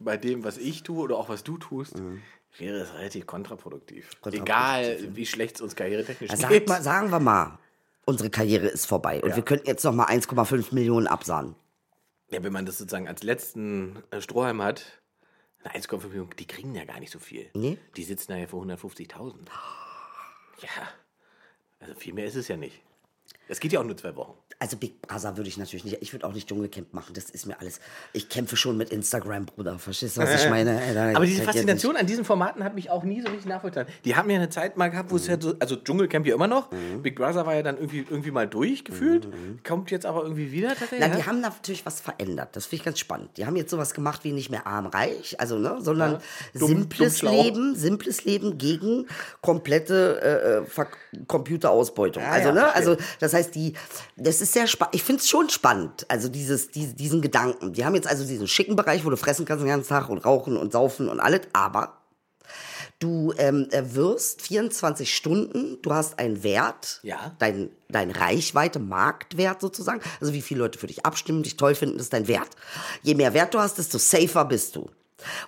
S2: bei dem, was ich tue oder auch was du tust, wäre es relativ Mhm. kontraproduktiv.
S4: Kontraproduktiv,
S2: Egal, wie schlecht es uns karrieretechnisch
S4: Sag
S2: geht.
S4: mal, sagen wir mal, unsere Karriere ist vorbei und wir könnten jetzt noch mal 1,5 Millionen absahnen.
S2: Ja, wenn man das sozusagen als letzten äh, Strohhalm hat, na, 1,5 Millionen, die kriegen ja gar nicht so viel.
S4: Nee.
S2: Die sitzen da ja vor 150.000. Ja, also viel mehr ist es ja nicht. Es geht ja auch nur zwei Wochen.
S4: Also Big Brother würde ich natürlich nicht. Ich würde auch nicht Dschungelcamp machen. Das ist mir alles. Ich kämpfe schon mit Instagram, Bruder. Verstehst du, was ich meine? Ey, da-
S2: Aber diese
S4: vergiss
S2: Faszination an diesen Formaten hat mich auch nie so richtig nachvollzogen. Die haben ja eine Zeit mal gehabt, wo
S4: Mhm.
S2: es ja so, also Dschungelcamp ja immer noch, Big Brother war ja dann irgendwie, irgendwie mal durchgefühlt, kommt jetzt aber irgendwie wieder tatsächlich.
S4: Mhm, Na,
S2: ja?
S4: die haben natürlich was verändert. Das finde ich ganz spannend. Die haben jetzt sowas gemacht wie nicht mehr arm reich, also ne, sondern
S2: Dumm-
S4: simples
S2: dumm schlau.
S4: Leben, simples Leben gegen komplette äh, äh, Ver Computerausbeutung. also
S2: Ah, ja,
S4: ne,
S2: verstehe.
S4: also das heißt die, das ist sehr spannend. Ich finde es schon spannend. Also dieses die, diesen Gedanken. Die haben jetzt also diesen schicken Bereich, wo du fressen kannst den ganzen Tag und rauchen und saufen und alles, aber Du ähm, äh, wirst 24 Stunden, du hast einen Wert,
S2: Ja.
S4: dein, dein Reichweite, Marktwert sozusagen, also wie viele Leute für dich abstimmen, dich toll finden, ist dein Wert. Je mehr Wert du hast, desto safer bist du.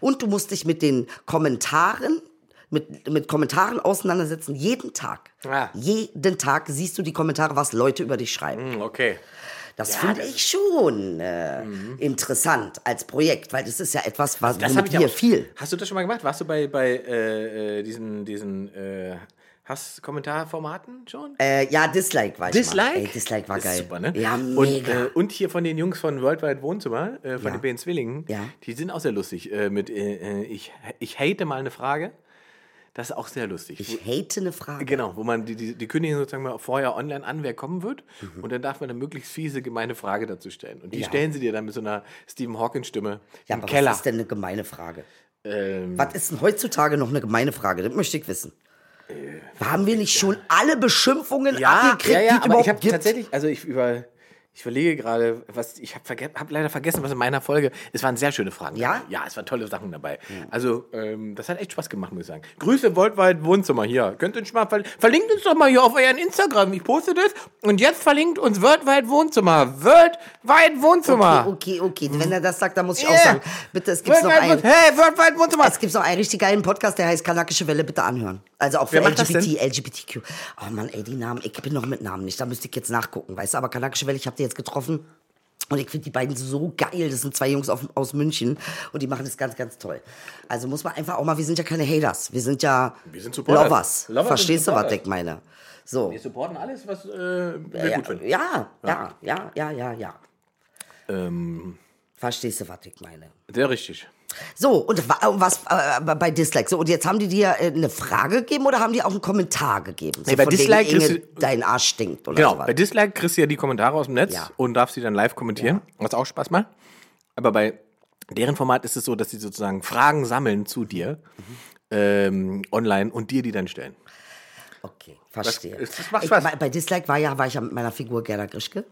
S4: Und du musst dich mit den Kommentaren, mit, mit Kommentaren auseinandersetzen, jeden Tag.
S2: Ah.
S4: Jeden Tag siehst du die Kommentare, was Leute über dich schreiben.
S2: Hm, Okay.
S4: Das finde ich schon äh, interessant als Projekt, weil das ist ja etwas, was
S2: Mhm. Das
S4: womit
S2: habe ich ja
S4: wir
S2: auch.
S4: viel.
S2: Hast du das schon mal gemacht? Warst du bei, bei äh, äh, diesen, diesen äh, Hass-Kommentarformaten schon?
S4: Äh, ja, Dislike war ich Mal.
S2: Dislike?
S4: Ey, Dislike war
S2: das
S4: geil.
S2: Ist super, ne?
S4: Ja, mega.
S2: und, äh, und hier von den Jungs von Worldwide Wohnzimmer, äh, von den beiden Zwillingen,
S4: Ja.
S2: die sind auch sehr lustig. Äh, mit äh, äh, ich, ich hate mal eine Frage. Das ist auch sehr lustig.
S4: ich hate eine Frage.
S2: Genau, wo man die, die, die kündigen sozusagen mal vorher online an, wer kommen wird.
S4: Mhm.
S2: Und dann darf man eine möglichst fiese, gemeine Frage dazu stellen. Und die stellen sie dir dann mit so einer Stephen Hawking-Stimme
S4: ja,
S2: im
S4: aber
S2: Keller.
S4: was ist denn eine gemeine Frage?
S2: Ähm,
S4: Was ist denn heutzutage noch eine gemeine Frage? Das möchte ich wissen. Haben wir nicht schon alle Beschimpfungen
S2: Äh, ja,
S4: abgekriegt,
S2: ja, ja,
S4: die es
S2: aber ich
S4: überhaupt
S2: habe
S4: gibt?
S2: tatsächlich, also ich über, ich überlege gerade, was ich habe verge hab leider vergessen, was in meiner Folge. Es waren sehr schöne Fragen.
S4: Ja?
S2: dabei. ja, es waren tolle Sachen dabei. Also ähm, das hat echt Spaß gemacht, muss ich sagen. Grüße Worldwide Wohnzimmer hier. Könnt ihr uns mal ver verlinkt uns doch mal hier auf euren Instagram. Ich poste das und jetzt verlinkt uns Worldwide Wohnzimmer. Worldwide Wohnzimmer.
S4: Okay, okay,
S2: Mhm.
S4: wenn er das sagt, dann muss ich auch
S2: Yeah.
S4: sagen, bitte, es gibt noch
S2: Worldwide
S4: einen.
S2: Wohnzimmer. Hey, Worldwide Wohnzimmer.
S4: Es gibt noch einen richtig geilen Podcast, der heißt Kanakische Welle, bitte anhören. Also auch für
S2: Wer macht das
S4: LGBT, LGBTQ. Oh Mann, ey, die Namen, ich bin noch mit Namen nicht, da müsste ich jetzt nachgucken, weißt du, aber Kanakische Welle, ich habe die jetzt getroffen und ich finde die beiden so geil, das sind zwei Jungs auf, aus München und die machen das ganz, ganz toll. Also muss man einfach auch mal, wir sind ja keine Haters, wir sind ja
S2: Wir sind Supporters.
S4: Lovers,
S2: Lovers und
S4: verstehst du, was
S2: Supporters.
S4: ich meine? So,
S2: Wir supporten alles, was äh, wir
S4: ja,
S2: gut finden.
S4: ja, ja, ja, ja, ja, ja,
S2: Ähm.
S4: verstehst du, was ich meine?
S2: sehr richtig.
S4: So, und wa- und was äh, bei Dislike? So, und jetzt haben die dir äh, eine Frage gegeben oder haben die auch einen Kommentar gegeben? So
S2: Nee, bei
S4: von wegen,
S2: Dislike
S4: Inge,
S2: kriegst du-
S4: dein Arsch stinkt oder
S2: Genau,
S4: sowas.
S2: bei Dislike kriegst du ja die Kommentare aus dem Netz
S4: Ja.
S2: und darfst sie dann live kommentieren, was auch Spaß macht. Aber bei deren Format ist es so, dass sie sozusagen Fragen sammeln zu dir ähm, online und dir die dann stellen.
S4: Okay, verstehe.
S2: Das- das macht
S4: ich,
S2: Spaß.
S4: bei, bei Dislike war, ja, war ich ja mit meiner Figur Gerda Grischke.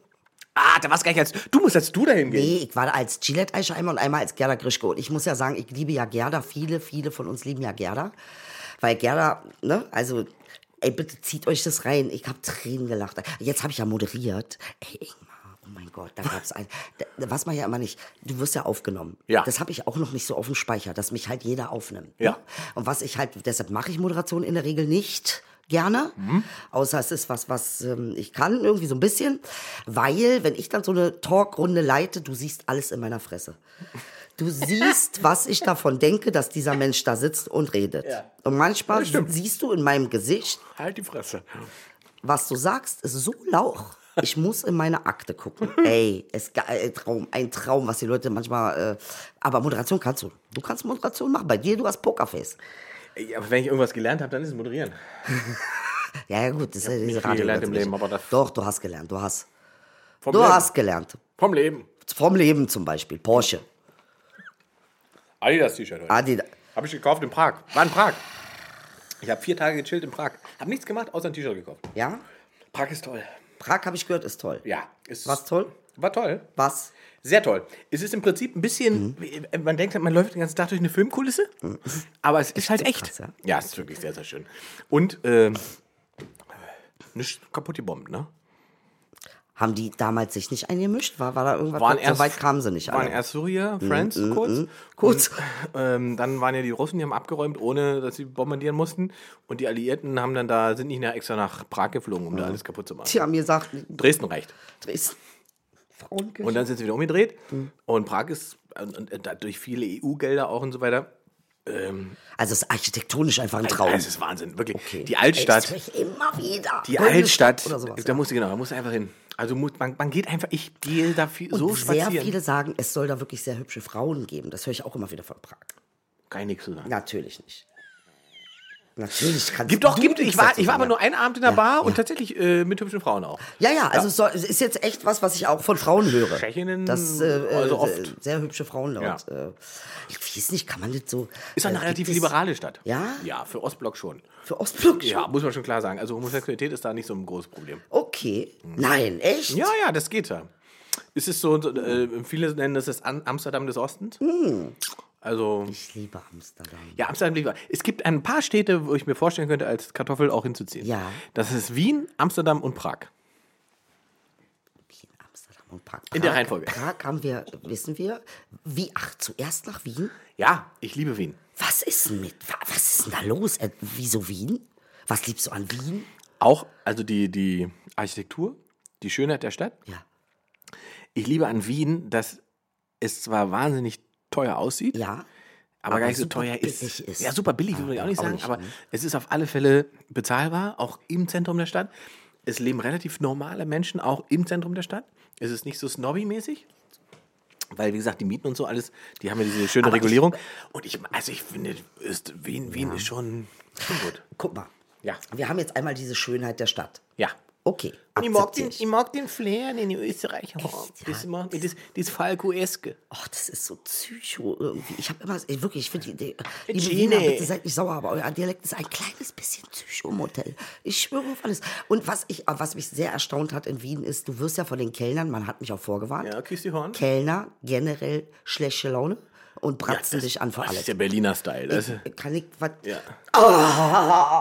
S2: Ah, da warst gar nicht als. Du musst als du dahin gehen.
S4: Nee, ich war als Gillette Eiche einmal und einmal als Gerda Grischke. Und ich muss ja sagen, ich liebe ja Gerda. Viele, viele von uns lieben ja Gerda. Weil Gerda, ne, also, ey, bitte zieht euch das rein. Ich habe Tränen gelacht. Jetzt habe ich ja moderiert. Ey, Ingmar, oh mein Gott, da gab's ein. da- Was man ja immer nicht, du wirst ja aufgenommen.
S2: Ja.
S4: Das habe ich auch noch nicht so auf dem Speicher, dass mich halt jeder aufnimmt.
S2: Ja.
S4: Und was ich halt, deshalb mache ich Moderation in der Regel nicht gerne, außer es ist was, was ähm, ich kann, irgendwie so ein bisschen, weil wenn ich dann so eine Talkrunde leite, du siehst alles in meiner Fresse. Du siehst, was ich davon denke, dass dieser Mensch da sitzt und redet. Und manchmal siehst du in meinem Gesicht,
S2: Halt die Fresse.
S4: was du sagst, ist so lauch. Ich muss in meine Akte gucken. Ey, es ge- äh, Traum, ein Traum, was die Leute manchmal. Äh, aber Moderation kannst du. Du kannst Moderation machen. Bei dir, du hast Pokerface.
S2: Ey, aber wenn ich irgendwas gelernt habe, dann ist es moderieren.
S4: Ja, ja, gut, das ist ja
S2: nicht
S4: diese
S2: viel
S4: Radio.
S2: gelernt im Leben, aber das-
S4: Doch, du hast gelernt, du hast.
S2: Vom
S4: Du
S2: Leben.
S4: hast gelernt.
S2: Vom Leben.
S4: Vom Leben zum Beispiel. Porsche.
S2: Adidas T-Shirt heute.
S4: Adidas.
S2: Habe ich gekauft in Prag. War in Prag. Ich habe vier Tage gechillt in Prag. Habe nichts gemacht, außer ein T-Shirt gekauft.
S4: Ja?
S2: Prag ist toll.
S4: Prag, habe ich gehört, ist toll.
S2: Ja. Ist
S4: Was toll?
S2: War toll.
S4: Was?
S2: Sehr toll. Es ist im Prinzip ein
S4: Mhm.
S2: bisschen, wie- man denkt, halt, man läuft den ganzen Tag durch eine Filmkulisse, aber es ist halt echt.
S4: krass, ja.
S2: ja. es ist wirklich sehr, sehr schön. Und ähm, nicht kaputt gebombt, ne?
S4: Haben die damals sich nicht eingemischt? War, war da irgendwas?
S2: Waren
S4: so
S2: erst-
S4: weit kamen sie nicht.
S2: Waren
S4: alle.
S2: erst Syrien,
S4: Mhm.
S2: Friends, kurz.
S4: Kurz.
S2: Und, ähm, dann waren ja die Russen, die haben abgeräumt, ohne dass sie bombardieren mussten. Und die Alliierten haben dann da, sind nicht nach, extra nach Prag geflogen, um
S4: Mhm.
S2: da alles kaputt zu machen.
S4: Die haben gesagt,
S2: Dresden reicht.
S4: Dresden.
S2: Und dann sind sie wieder umgedreht.
S4: Mhm.
S2: Und Prag ist, und, und, und durch viele EU-Gelder auch und so weiter.
S4: Also es ist architektonisch einfach ein Traum.
S2: Das ist Wahnsinn, wirklich. Die Altstadt.
S4: Ey, das höre ich immer wieder.
S2: Die
S4: Bundesstadt
S2: Altstadt,
S4: Oder sowas.
S2: da musst du genau, da musst du einfach hin. Also muss, man, man geht einfach, ich gehe da viel, so
S4: sehr
S2: spazieren.
S4: viele sagen, es soll da wirklich sehr hübsche Frauen geben. Das höre ich auch immer wieder von Prag.
S2: Kein nix zu sagen.
S4: Natürlich nicht. Natürlich kannst
S2: Gibt doch,
S4: du
S2: gibt,
S4: nichts
S2: ich war,
S4: dazu
S2: ich war aber
S4: sagen.
S2: nur einen Abend in der Bar und tatsächlich äh, mit hübschen Frauen auch.
S4: Ja, ja, also es soll- es ist jetzt echt was, was ich auch von Frauen höre.
S2: Tschechinnen,
S4: Das, äh, äh,
S2: also oft.
S4: Sehr hübsche Frauen laut.
S2: Ja.
S4: Äh, ich weiß nicht, kann man das so.
S2: Ist doch eine
S4: äh,
S2: relativ
S4: gibt es
S2: liberale Stadt.
S4: Ja?
S2: Ja, für Ostblock schon.
S4: Für Ostblock?
S2: Ja, muss man schon klar sagen. Also Homosexualität ist da nicht so ein großes Problem.
S4: Okay. Nein, echt?
S2: Ja, ja, das geht ja. Es ist so, so, äh, viele nennen das das An- Amsterdam des Ostens.
S4: Hm.
S2: Also,
S4: Ich liebe Amsterdam.
S2: ja, Amsterdam lieber. Es gibt ein paar Städte, wo ich mir vorstellen könnte, als Kartoffel auch hinzuziehen.
S4: Ja.
S2: Das ist Wien, Amsterdam und Prag.
S4: Wien, Amsterdam und Prag.
S2: In der
S4: Prag-
S2: Reihenfolge.
S4: Prag haben wir, wissen wir, wie, ach, zuerst nach Wien?
S2: Ja, ich liebe Wien.
S4: Was ist denn mit, wa- was ist denn da los? Äh, wieso Wien? Was liebst du an Wien?
S2: Auch, also die, die Architektur, die Schönheit der Stadt.
S4: Ja,
S2: Ich liebe an Wien, dass es zwar wahnsinnig teuer aussieht,
S4: ja,
S2: aber, gar nicht so
S4: super
S2: teuer ist.
S4: billig ist.
S2: Ja, super billig, würde ich auch nicht
S4: auch
S2: sagen,
S4: nicht,
S2: aber
S4: ne?
S2: es ist auf alle Fälle bezahlbar, auch im Zentrum der Stadt. Es leben relativ normale Menschen auch im Zentrum der Stadt. Es ist nicht so snobby-mäßig. Weil, wie gesagt, die Mieten und so alles, die haben ja diese schöne Regulierung. und ich, also ich finde, ist Wien, Wien ist schon, schon gut.
S4: guck mal.
S2: Ja.
S4: Wir haben jetzt einmal diese Schönheit der Stadt.
S2: Ja.
S4: Okay,
S2: Ich mag,
S4: akzeptier
S2: den,
S4: ich.
S2: ich mag den Flair, den die Österreicher haben.
S4: Echt, ja?
S2: Oh, Das, mag, das, das Falco-eske.
S4: Ach, das ist so psycho irgendwie. Ich habe immer, ey, wirklich, ich finde, die, die, liebe
S2: Gene.
S4: Wiener, bitte seid nicht sauer, aber euer Dialekt ist ein kleines bisschen psycho im Hotel. Ich schwöre auf alles. Und was, ich, was mich sehr erstaunt hat in Wien ist, du wirst ja von den Kellnern, man hat mich auch vorgewarnt,
S2: Ja, küsst die Horn.
S4: Kellner generell schlechte Laune und pratzen dich an für
S2: Das
S4: alles.
S2: ist der Berliner Style. Das ist,
S4: Kann ich was?
S2: ja.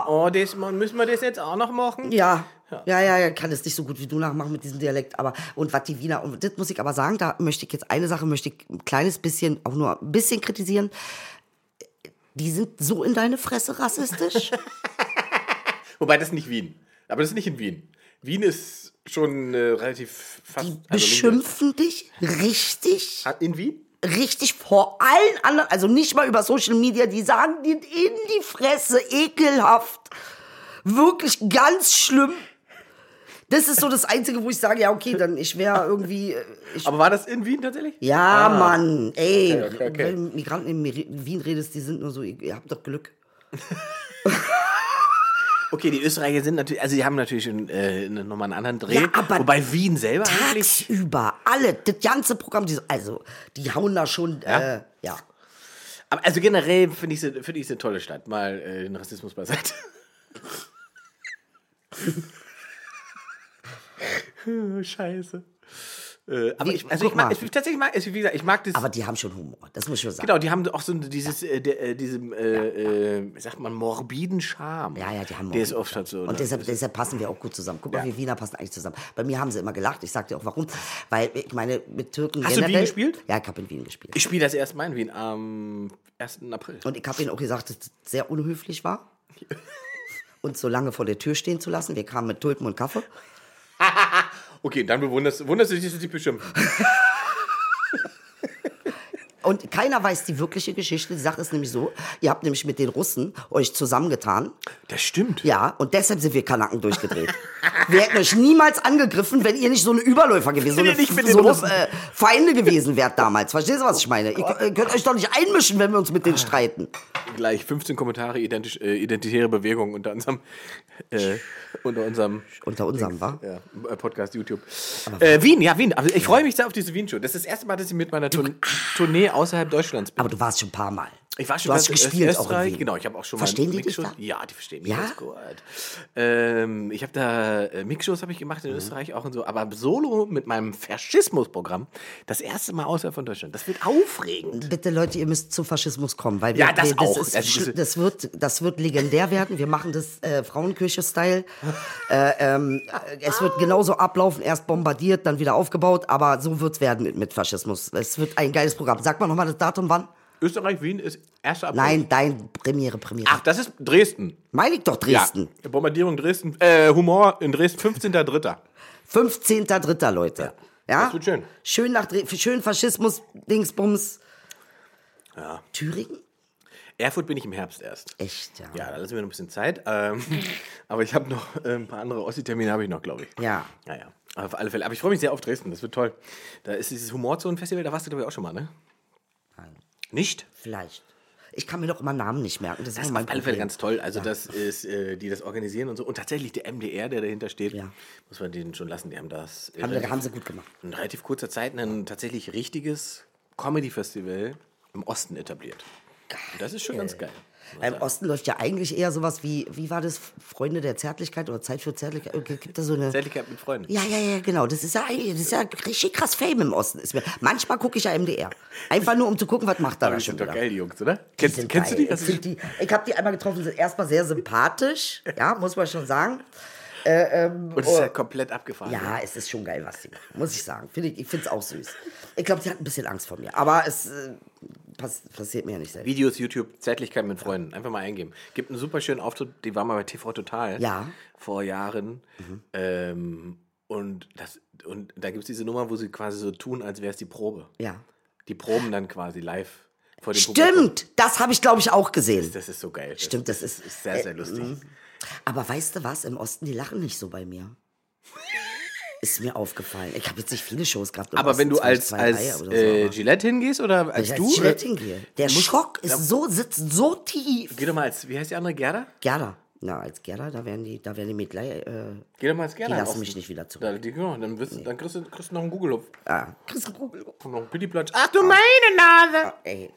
S2: Oh, das, man, müssen wir das jetzt auch noch machen?
S4: Ja. Ja, ja, ja, kann es nicht so gut wie du nachmachen mit diesem Dialekt, aber und was die Wiener und das muss ich aber sagen, da möchte ich jetzt eine Sache möchte ich ein kleines bisschen auch nur ein bisschen kritisieren. Die sind so in deine Fresse rassistisch.
S2: Wobei das ist nicht Wien. Aber das ist nicht in Wien. Wien ist schon äh, relativ fast.
S4: Die
S2: also
S4: beschimpfen dich richtig,
S2: linke. In Wien?
S4: richtig vor allen anderen, also nicht mal über Social Media, die sagen dir in die Fresse ekelhaft. Wirklich ganz schlimm. Das ist so das einzige, wo ich sage, ja, okay, dann ich wäre irgendwie äh, ich
S2: Aber war das in Wien tatsächlich?
S4: Ja, Mann, ey.
S2: Ah, okay, okay.
S4: Wenn du mit Migranten in Mir- Wien redest, die sind nur so, ihr ihr habt doch Glück.
S2: Okay, die Österreicher sind natürlich, also die haben natürlich schon, äh, nochmal einen anderen Dreh.
S4: Ja, aber
S2: Wobei Wien selber eigentlich.
S4: Tagsüber, alle, das ganze Programm, die, so- also, die hauen da schon, äh, ja.
S2: Aber also generell finde ich es find eine tolle Stadt. Mal äh, den Rassismus beiseite. Scheiße. Äh, aber
S4: Wie-
S2: ich, also ich
S4: guck
S2: mag,
S4: mal.
S2: ich, tatsächlich mag, also wie gesagt, ich mag das.
S4: Aber die haben schon Humor, das muss ich schon sagen.
S2: genau, die haben auch so dieses, äh, der, äh, diesem, äh, äh, wie sagt man, morbiden Charme.
S4: Ja, ja, die haben
S2: Der ist
S4: Humor.
S2: oft halt so. ne?
S4: Und deshalb, deshalb passen wir auch gut zusammen. Guck mal, wir Wiener passen eigentlich zusammen. Bei mir haben sie immer gelacht, ich sag dir auch warum. Weil, ich meine, mit Türken
S2: Hast du in
S4: generell...
S2: Wien gespielt?
S4: Ja, ich habe in Wien gespielt.
S2: ich spiele das erste Mal in Wien am 1. April.
S4: Und ich habe ihnen auch gesagt, dass es sehr unhöflich war. Uns so lange vor der Tür stehen zu lassen. Wir kamen mit Tulpen und Kaffee.
S2: Okay, dann bewunderst, wunderst du dich, dass die beschimpfen.
S4: Und keiner weiß die wirkliche Geschichte. Die Sache ist nämlich so, ihr habt nämlich mit den Russen euch zusammengetan.
S2: Das stimmt.
S4: Ja, und deshalb sind wir Kanaken durchgedreht. wir hätten euch niemals angegriffen, wenn ihr nicht so eine Überläufer gewesen, so
S2: Wenn ihr
S4: eine,
S2: nicht mit den
S4: so eine
S2: Russen-
S4: äh, Feinde gewesen wärt damals. Verstehst du, was ich meine? Ihr äh, könnt euch doch nicht einmischen, wenn wir uns mit denen streiten.
S2: gleich 15 Kommentare identisch, äh, identitäre Bewegungen unter unserem äh, unter unserem
S4: Unter unserem, wa?
S2: ja, äh, Podcast YouTube. Äh, Wien, ja, Wien. Also ich freue mich sehr auf diese Wien-Show. Das ist das erste Mal, dass ich mit meiner Tour Tournee außerhalb Deutschlands bin.
S4: Aber du warst schon ein paar Mal.
S2: Ich war schon
S4: Du hast
S2: ganz in
S4: gespielt auch in
S2: Österreich.
S4: Wien.
S2: Genau, ich habe auch schon
S4: Verstehen
S2: mal
S4: die dich
S2: Mixshows-
S4: da?
S2: Ja, die verstehen mich
S4: Ja?
S2: ganz gut. Ähm, ich habe da äh, Mixshows habe ich gemacht
S4: Mhm.
S2: in Österreich auch und so, aber Solo mit meinem Faschismusprogramm das erste Mal außerhalb von Deutschland. Das wird aufregend.
S4: Bitte Leute, ihr müsst zum Faschismus kommen, weil
S2: Ja,
S4: wir,
S2: das
S4: wir, das,
S2: auch.
S4: Ist,
S2: Also,
S4: schli-
S2: das-
S4: das wird das wird legendär werden. Wir machen das äh, Frauenkirche-Style. äh, ähm, es wird genauso ablaufen, erst bombardiert, dann wieder aufgebaut, aber so wird's werden mit, mit Faschismus. Es wird ein geiles Programm. Sag mal nochmal das Datum, wann?
S2: Österreich Wien ist 1. April.
S4: Nein, dein Premiere, Premiere.
S2: Ach, das ist Dresden.
S4: Meine ich doch Dresden.
S2: Ja. Bombardierung Dresden. Äh, Humor in Dresden 15.3.
S4: 15.3. Leute. Ja?
S2: Das wird schön.
S4: Schön nach Dre schön Faschismus, Dingsbums. Ja. Thüringen?
S2: Erfurt bin ich im Herbst erst.
S4: Echt, ja.
S2: Ja, da lassen wir noch ein bisschen Zeit. Ähm, aber ich habe noch äh, ein paar andere Ossi-Termine habe ich noch, glaube ich.
S4: Ja.
S2: Naja, auf alle Fälle. Aber ich freue mich sehr auf Dresden, das wird toll. Da ist dieses Humorzonen-Festival, da warst du, glaube ich, auch schon mal, ne?
S4: Nein.
S2: Nicht?
S4: Vielleicht. Ich kann mir doch immer Namen nicht merken. Das,
S2: Das
S4: ist
S2: ist
S4: mein
S2: auf alle Fälle
S4: Problem.
S2: ganz toll. Also, das ist, äh, die das organisieren und so. Und tatsächlich der MDR, der dahinter steht,
S4: Ja.
S2: muss man denen schon lassen. Die haben das äh,
S4: Haben, wir-
S2: relativ-
S4: haben sie gut gemacht.
S2: in relativ kurzer Zeit ein tatsächlich richtiges Comedy-Festival im Osten etabliert. Und das ist schon ganz geil.
S4: Im Osten läuft ja eigentlich eher sowas wie, wie war das, Freunde der Zärtlichkeit oder Zeit für Zärtlichkeit? Irgendwie Gibt da so eine.
S2: Zärtlichkeit mit Freunden.
S4: Ja, ja, ja, genau. Das ist ja, eigentlich- das ist ja richtig krass Fame im Osten. Ist mir, manchmal gucke ich ja MDR. Einfach nur, um zu gucken, was macht da
S2: Aber
S4: da
S2: die
S4: schon
S2: sind doch
S4: wieder.
S2: geil, die Jungs, oder? Kennst,
S4: sind
S2: kennst du
S4: geil.
S2: die? Hast du
S4: Sind die? Ich habe die einmal getroffen, sind erstmal sehr sympathisch, ja, muss man schon sagen.
S2: Und es ist halt komplett abgefahren.
S4: Oh. Ja, es ist schon geil, was die machen, muss ich sagen. Find ich ich finde es auch süß. Ich glaube, die hat ein bisschen Angst vor mir, aber es äh, pass, passiert mir ja nicht selbst.
S2: Videos, YouTube, Zärtlichkeit mit Freunden. Einfach mal eingeben. Gibt einen super schönen Auftritt, die war mal bei TV Total
S4: Ja. Mhm.
S2: vor Jahren. Ähm, und, das, und da gibt es diese Nummer, wo sie quasi so tun, als wäre es die Probe.
S4: Ja.
S2: Die proben dann quasi live vor dem Publikum.
S4: Stimmt, das habe ich, glaube ich, auch gesehen.
S2: Das ist so geil. Das,
S4: Stimmt, das ist- äh, mhm.
S2: ist sehr, sehr lustig.
S4: Aber weißt du was? Im Osten, die lachen nicht so bei mir. Ist mir aufgefallen. Ich habe jetzt nicht viele Shows gehabt. im
S2: Aber wenn
S4: Osten,
S2: du
S4: zum Beispiel
S2: als,
S4: zwei, drei
S2: als
S4: oder so,
S2: äh,
S4: aber-
S2: Gillette hingehst oder
S4: Wenn
S2: als
S4: ich als
S2: du. äh,
S4: Gillette hingehe. Der Schock ist
S2: Ja. Genau.
S4: so, sitzt so tief.
S2: Geh doch mal als, wie heißt die andere, Gerda?
S4: Gerda. Na, als Gerda, da werden die, da werden die mit gleich, äh,
S2: Geh doch mal als Gerda.
S4: Die
S2: im
S4: lassen
S2: Osten.
S4: mich nicht wieder zurück.
S2: Da, die, genau, dann, wirst, dann kriegst, du, kriegst du noch einen Google-Hupf.
S4: ah, Chris Rubel.
S2: Und noch einen Pittiplatsch. Ach du meine Nase!
S4: Ey,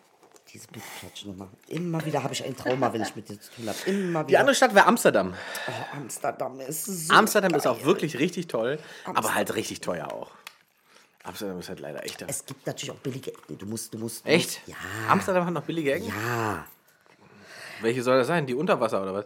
S4: diese Bitklatschnummer. Immer wieder habe ich ein Trauma, wenn ich mit dir zu tun habe. Immer
S2: Die
S4: wieder.
S2: andere Stadt wäre Amsterdam.
S4: oh, Amsterdam ist so
S2: Amsterdam
S4: geil.
S2: ist auch wirklich richtig toll, aber halt richtig teuer auch. Amsterdam ist halt leider echt.
S4: Es gibt natürlich auch billige Ecken. Du musst, du musst. du
S2: Echt?
S4: Musst,
S2: Amsterdam hat noch billige Ecken?
S4: ja.
S2: Welche soll das sein? Die Unterwasser oder was?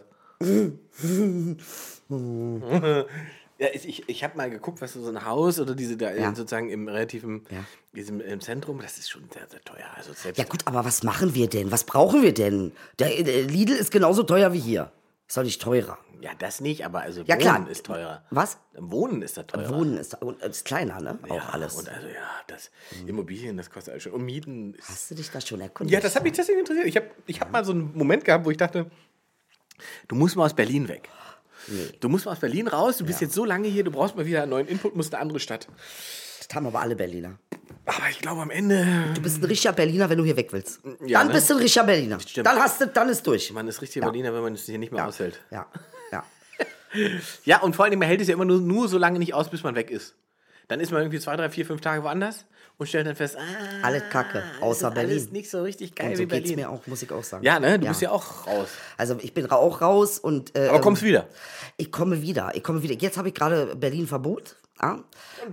S2: ja, ich- ich, ich habe mal geguckt, was so ein Haus oder diese da
S4: Ja.
S2: sozusagen im relativen,
S4: Ja.
S2: diesem im Zentrum, das ist schon sehr, sehr teuer. Also selbst
S4: Ja gut, aber was machen wir denn? Was brauchen wir denn? Der, der Lidl ist genauso teuer wie hier. Ist doch nicht teurer.
S2: Ja, das nicht, aber also
S4: Ja,
S2: Wohnen
S4: klar.
S2: ist teurer.
S4: Was?
S2: Wohnen ist da teurer.
S4: Wohnen ist, und ist kleiner, ne? Auch
S2: ja,
S4: alles. Hm.
S2: Und also ja, das Immobilien, das kostet alles schon. Und Mieten ist
S4: Hast du dich da schon erkundigt?
S2: Ja, das hat mich deswegen interessiert. Ich habe ich hab mal so einen Moment gehabt, wo ich dachte, du musst mal aus Berlin weg. Du musst mal aus Berlin raus, du bist jetzt so lange hier, du brauchst mal wieder einen neuen Input, musst in eine andere Stadt.
S4: Das haben aber alle Berliner.
S2: Aber ich glaube am Ende,
S4: Du bist ein richtiger Berliner, wenn du hier weg willst.
S2: Ja,
S4: dann
S2: ne?
S4: bist du ein richtiger Berliner.
S2: Stimmt.
S4: Dann hast du, dann ist durch.
S2: man ist richtig Berliner, wenn man es hier nicht mehr aushält.
S4: Ja, ja.
S2: Ja, und vor allem, man hält es ja immer nur, nur so lange nicht aus, bis man weg ist. Dann ist man irgendwie zwei, drei, vier, fünf Tage woanders und stellt dann fest, ah,
S4: Alles Kacke, außer
S2: das ist alles
S4: Berlin.
S2: nicht so richtig geil
S4: Und so
S2: wie
S4: geht's
S2: Berlin.
S4: mir auch, muss ich auch sagen.
S2: Ja, ne, du bist ja auch raus.
S4: Also ich bin ra- auch raus und. Äh,
S2: Aber kommst
S4: ähm,
S2: wieder.
S4: Ich komme wieder, ich komme wieder. Jetzt habe ich gerade Berlin Verbot. Ja?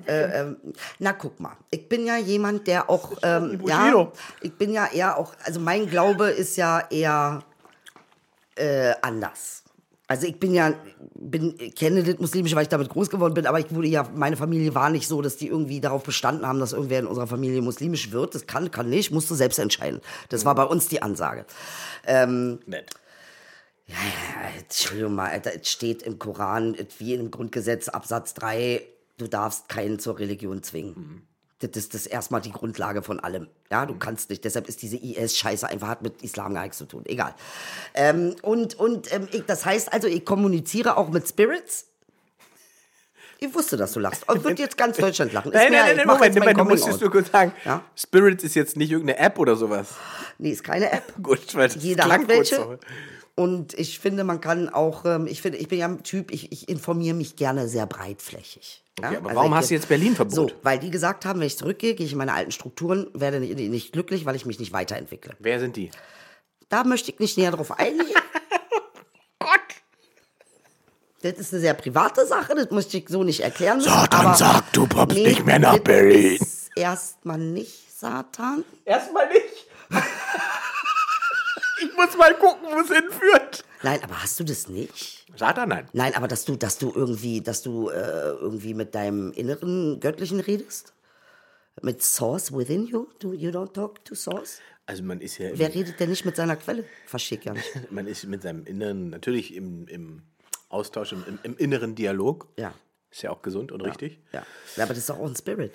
S4: Äh, ähm, na, guck mal. Ich bin ja jemand, der auch. Ähm, ja,
S2: Bushido.
S4: ich bin ja eher auch. Also, mein Glaube ist ja eher äh, anders. Also, ich bin ja. Bin, kenne das Muslimische, weil ich damit groß geworden bin, aber ich wurde ja. Meine Familie war nicht so, dass die irgendwie darauf bestanden haben, dass irgendwer in unserer Familie muslimisch wird. Das kann, kann nicht, musst du selbst entscheiden. Das war bei uns die Ansage.
S2: Nett.
S4: Entschuldigung mal, Alter, es steht im Koran, es wie im Grundgesetz, Absatz 3, du darfst keinen zur Religion zwingen.
S2: Mhm.
S4: Das ist das ist erstmal die Grundlage von allem. Ja, du kannst nicht. Deshalb ist diese IS-Scheiße einfach hat mit Islam gar nichts zu tun. Egal. Ähm, und und ähm, ich, das heißt also, ich kommuniziere auch mit Spirits. Ich wusste, dass du lachst. Und wird jetzt ganz Deutschland lachen. Ist
S2: Nein,
S4: mir
S2: nein,
S4: egal,
S2: nein,
S4: ich mach
S2: Moment,
S4: jetzt mein
S2: Moment, du
S4: Coming
S2: musstest
S4: Out.
S2: nur kurz sagen,
S4: Ja?
S2: Spirit ist jetzt nicht irgendeine App oder sowas.
S4: Nee, ist keine App.
S2: Gut, weil das
S4: Jeder
S2: klang
S4: hat
S2: kurz so.
S4: welche. Und ich finde, man kann auch, ähm, ich finde, ich bin ja ein Typ, ich, ich informiere mich gerne sehr breitflächig.
S2: Okay,
S4: ja?
S2: aber warum
S4: ich-
S2: hast du jetzt Berlin-Verbot?
S4: So, weil die gesagt haben, wenn ich zurückgehe, gehe ich in meine alten Strukturen, werde nicht, nicht glücklich, weil ich mich nicht weiterentwickle.
S2: Wer sind die?
S4: Da möchte ich nicht näher drauf eingehen. Das ist eine sehr private Sache, das möchte ich so nicht erklären. Müssen,
S1: Satan
S4: aber
S1: sagt, du kommst nicht mehr nach
S4: das
S1: Berlin.
S4: ist Erstmal nicht, Satan.
S2: Erstmal nicht. ich muss mal gucken, wo es hinführt.
S4: Nein, aber hast du das nicht?
S2: Satan, nein.
S4: Nein, aber dass du, dass du irgendwie, dass du äh, irgendwie mit deinem inneren Göttlichen redest? Mit Source within you? Du, you don't talk to Source?
S2: Also man ist ja im,
S4: Wer redet denn nicht mit seiner Quelle? Verstehe ich ja nicht.
S2: man ist mit seinem Inneren natürlich im, im Austausch, im, im, im inneren Dialog.
S4: Ja.
S2: Ist ja auch gesund und richtig.
S4: Ja. ja, aber das ist doch auch ein Spirit.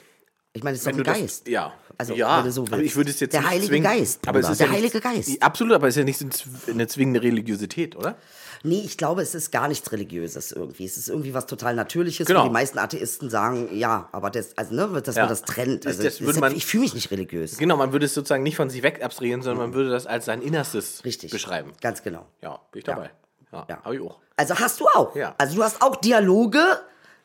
S4: Ich meine, das ist
S2: Wenn
S4: doch ein
S2: du das-
S4: Geist.
S2: ja.
S4: Also,
S2: ja.
S4: wenn du so
S2: aber
S4: willst.
S2: ich würde es jetzt
S4: Der
S2: nicht
S4: Heilige
S2: zwingen,
S4: Geist,
S2: Aber es
S4: Bruder.
S2: ist
S4: Der
S2: ja nicht,
S4: Heilige Geist.
S2: Absolut, aber es ist ja nicht so eine zw- eine zwingende Religiosität, oder?
S4: Nee, ich glaube, es ist gar nichts Religiöses irgendwie. Es ist irgendwie was total Natürliches.
S2: Genau.
S4: Und die meisten Atheisten sagen, ja, aber das, also, ne, dass
S2: Ja.
S4: man das trennt.
S2: Das-
S4: Also,
S2: das
S4: das
S2: würde
S4: ist-
S2: man-
S4: ich fühle mich nicht religiös.
S2: Genau, man würde es sozusagen nicht von sich weg abstrahieren, sondern man würde das als sein Innerstes
S4: Richtig.
S2: beschreiben.
S4: Ganz genau.
S2: Ja, bin ich dabei. Ja,
S4: Ja.
S2: habe ich auch.
S4: Also hast du auch.
S2: Ja.
S4: Also du hast auch Dialoge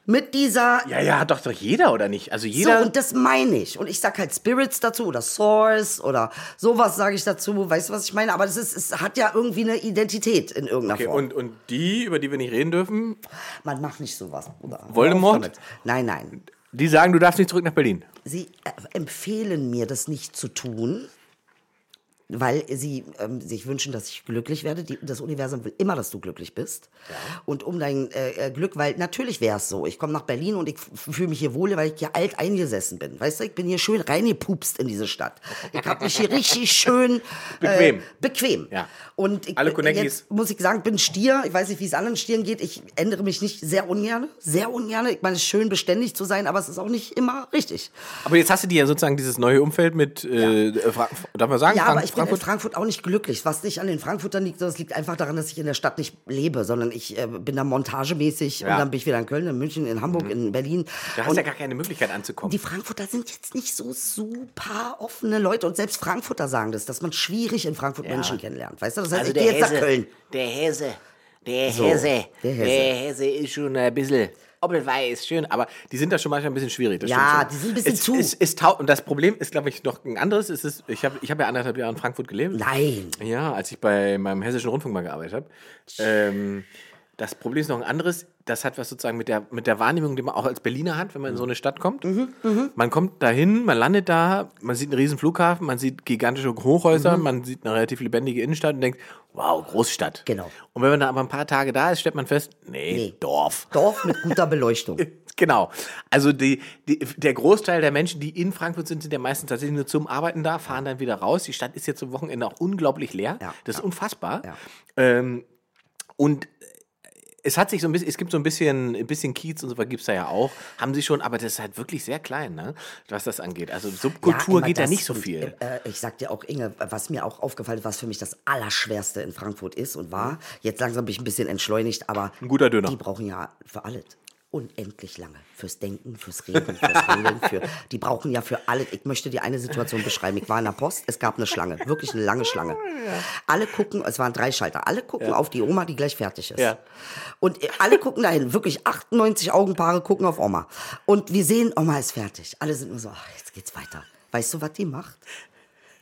S4: mit dieser.
S2: Ja, ja, hat doch doch jeder, oder nicht? Also
S4: So,
S2: jeder.
S4: und das meine ich. Und ich sag halt Spirits dazu oder Source oder sowas sage ich dazu. Weißt du, was ich meine? Aber das ist, es hat ja irgendwie eine Identität in irgendeiner
S2: okay,
S4: Form.
S2: und, und die, über die wir nicht reden dürfen,
S4: Man macht nicht sowas, Bruder. Hör
S2: Voldemort?
S4: auf damit. Nein, nein.
S2: die sagen, du darfst nicht zurück nach Berlin.
S4: Sie äh, empfehlen mir, das nicht zu tun, weil sie ähm, sich wünschen, dass ich glücklich werde. Die, das Universum will immer, dass du glücklich bist. Und um dein äh, äh, Glück, weil natürlich wäre es so. Ich komme nach Berlin und ich fühle mich hier wohl, weil ich hier alt eingesessen bin. Weißt du, ich bin hier schön reingepupst in diese Stadt. Ich habe mich hier richtig schön äh,
S2: Bequem.
S4: bequem.
S2: Ja.
S4: Und ich,
S2: Alle Konneckis.
S4: jetzt muss ich sagen, ich bin Stier. Ich weiß nicht, wie es anderen Stieren geht. Ich ändere mich nicht sehr ungern. Sehr ungern. Ich meine, es ist schön, beständig zu sein, aber es ist auch nicht immer richtig.
S2: Aber jetzt hast du dir ja sozusagen dieses neue Umfeld mit, äh, Fra darf man sagen,
S4: Ja,
S2: Frank-
S4: aber ich bin in Frankfurt auch nicht glücklich. Was nicht an den Frankfurtern liegt, sondern es liegt einfach daran, dass ich in der Stadt nicht lebe, sondern ich äh, bin da montagemäßig
S2: Ja. Mhm.
S4: und dann bin ich wieder in Köln, in München, in Hamburg, in Berlin.
S2: Da hast
S4: und
S2: du ja gar keine Möglichkeit anzukommen.
S4: die Frankfurter sind jetzt nicht so super offene Leute und selbst Frankfurter sagen das, dass man schwierig in Frankfurt Menschen kennenlernt. Weißt du, das heißt,
S2: Also
S4: ich gehe jetzt nach Köln.
S5: Der Häse. Der Häse.
S4: der
S5: Der
S4: Häse.
S5: Häse. ist schon ein bisschen. Oppelweiß, schön.
S2: aber die sind da schon manchmal ein bisschen schwierig. Das
S4: Ja,
S2: stimmt schon.
S4: die sind ein bisschen
S2: es,
S4: zu.
S2: Es, es tau und das Problem ist, glaube ich, noch ein anderes. Es ist, ich habe ich hab ja anderthalb Jahre in Frankfurt gelebt.
S4: Nein.
S2: Ja, als ich bei meinem hessischen Rundfunk mal gearbeitet habe. Ähm, das Problem ist noch ein anderes. Das hat was sozusagen mit der, mit der Wahrnehmung, die man auch als Berliner hat, wenn man in so eine Stadt kommt. Man kommt dahin, man landet da, man sieht einen riesen Flughafen, man sieht gigantische Hochhäuser, man sieht eine relativ lebendige Innenstadt und denkt, wow, Großstadt.
S4: Genau.
S2: Und wenn man da aber ein paar Tage da ist, stellt man fest, nee, Dorf.
S4: Dorf mit guter Beleuchtung.
S2: Genau. Also die, die, der Großteil der Menschen, die in Frankfurt sind, sind ja meistens tatsächlich nur zum Arbeiten da, fahren dann wieder raus. Die Stadt ist jetzt am Wochenende auch unglaublich leer.
S4: Ja,
S2: das ist unfassbar.
S4: Ja.
S2: Ähm, und es hat sich so ein bisschen, es gibt so ein bisschen, ein bisschen Kiez und so was gibt es da ja auch, haben sie schon, aber das ist halt wirklich sehr klein, ne? was das angeht. Also Subkultur
S4: immer
S2: geht da
S4: das
S2: nicht so
S4: und,
S2: viel.
S4: Äh, ich sag dir auch, Inge, was mir auch aufgefallen ist, was für mich das Allerschwerste in Frankfurt ist und war, jetzt langsam bin ich ein bisschen entschleunigt, aber
S2: Ein guter Döner.
S4: die brauchen ja für alles unendlich lange. Fürs Denken, fürs Reden, fürs Handeln. Für, die brauchen ja für alles. Ich möchte dir eine Situation beschreiben. Ich war in der Post, es gab eine Schlange, wirklich eine lange Schlange. Alle gucken, es waren drei Schalter, alle gucken auf die Oma, die gleich fertig ist.
S2: Ja.
S4: Und äh, alle gucken dahin, wirklich 98 Augenpaare gucken auf Oma. Und wir sehen, Oma ist fertig. Alle sind nur so, ach, jetzt geht's weiter. Weißt du, was die macht?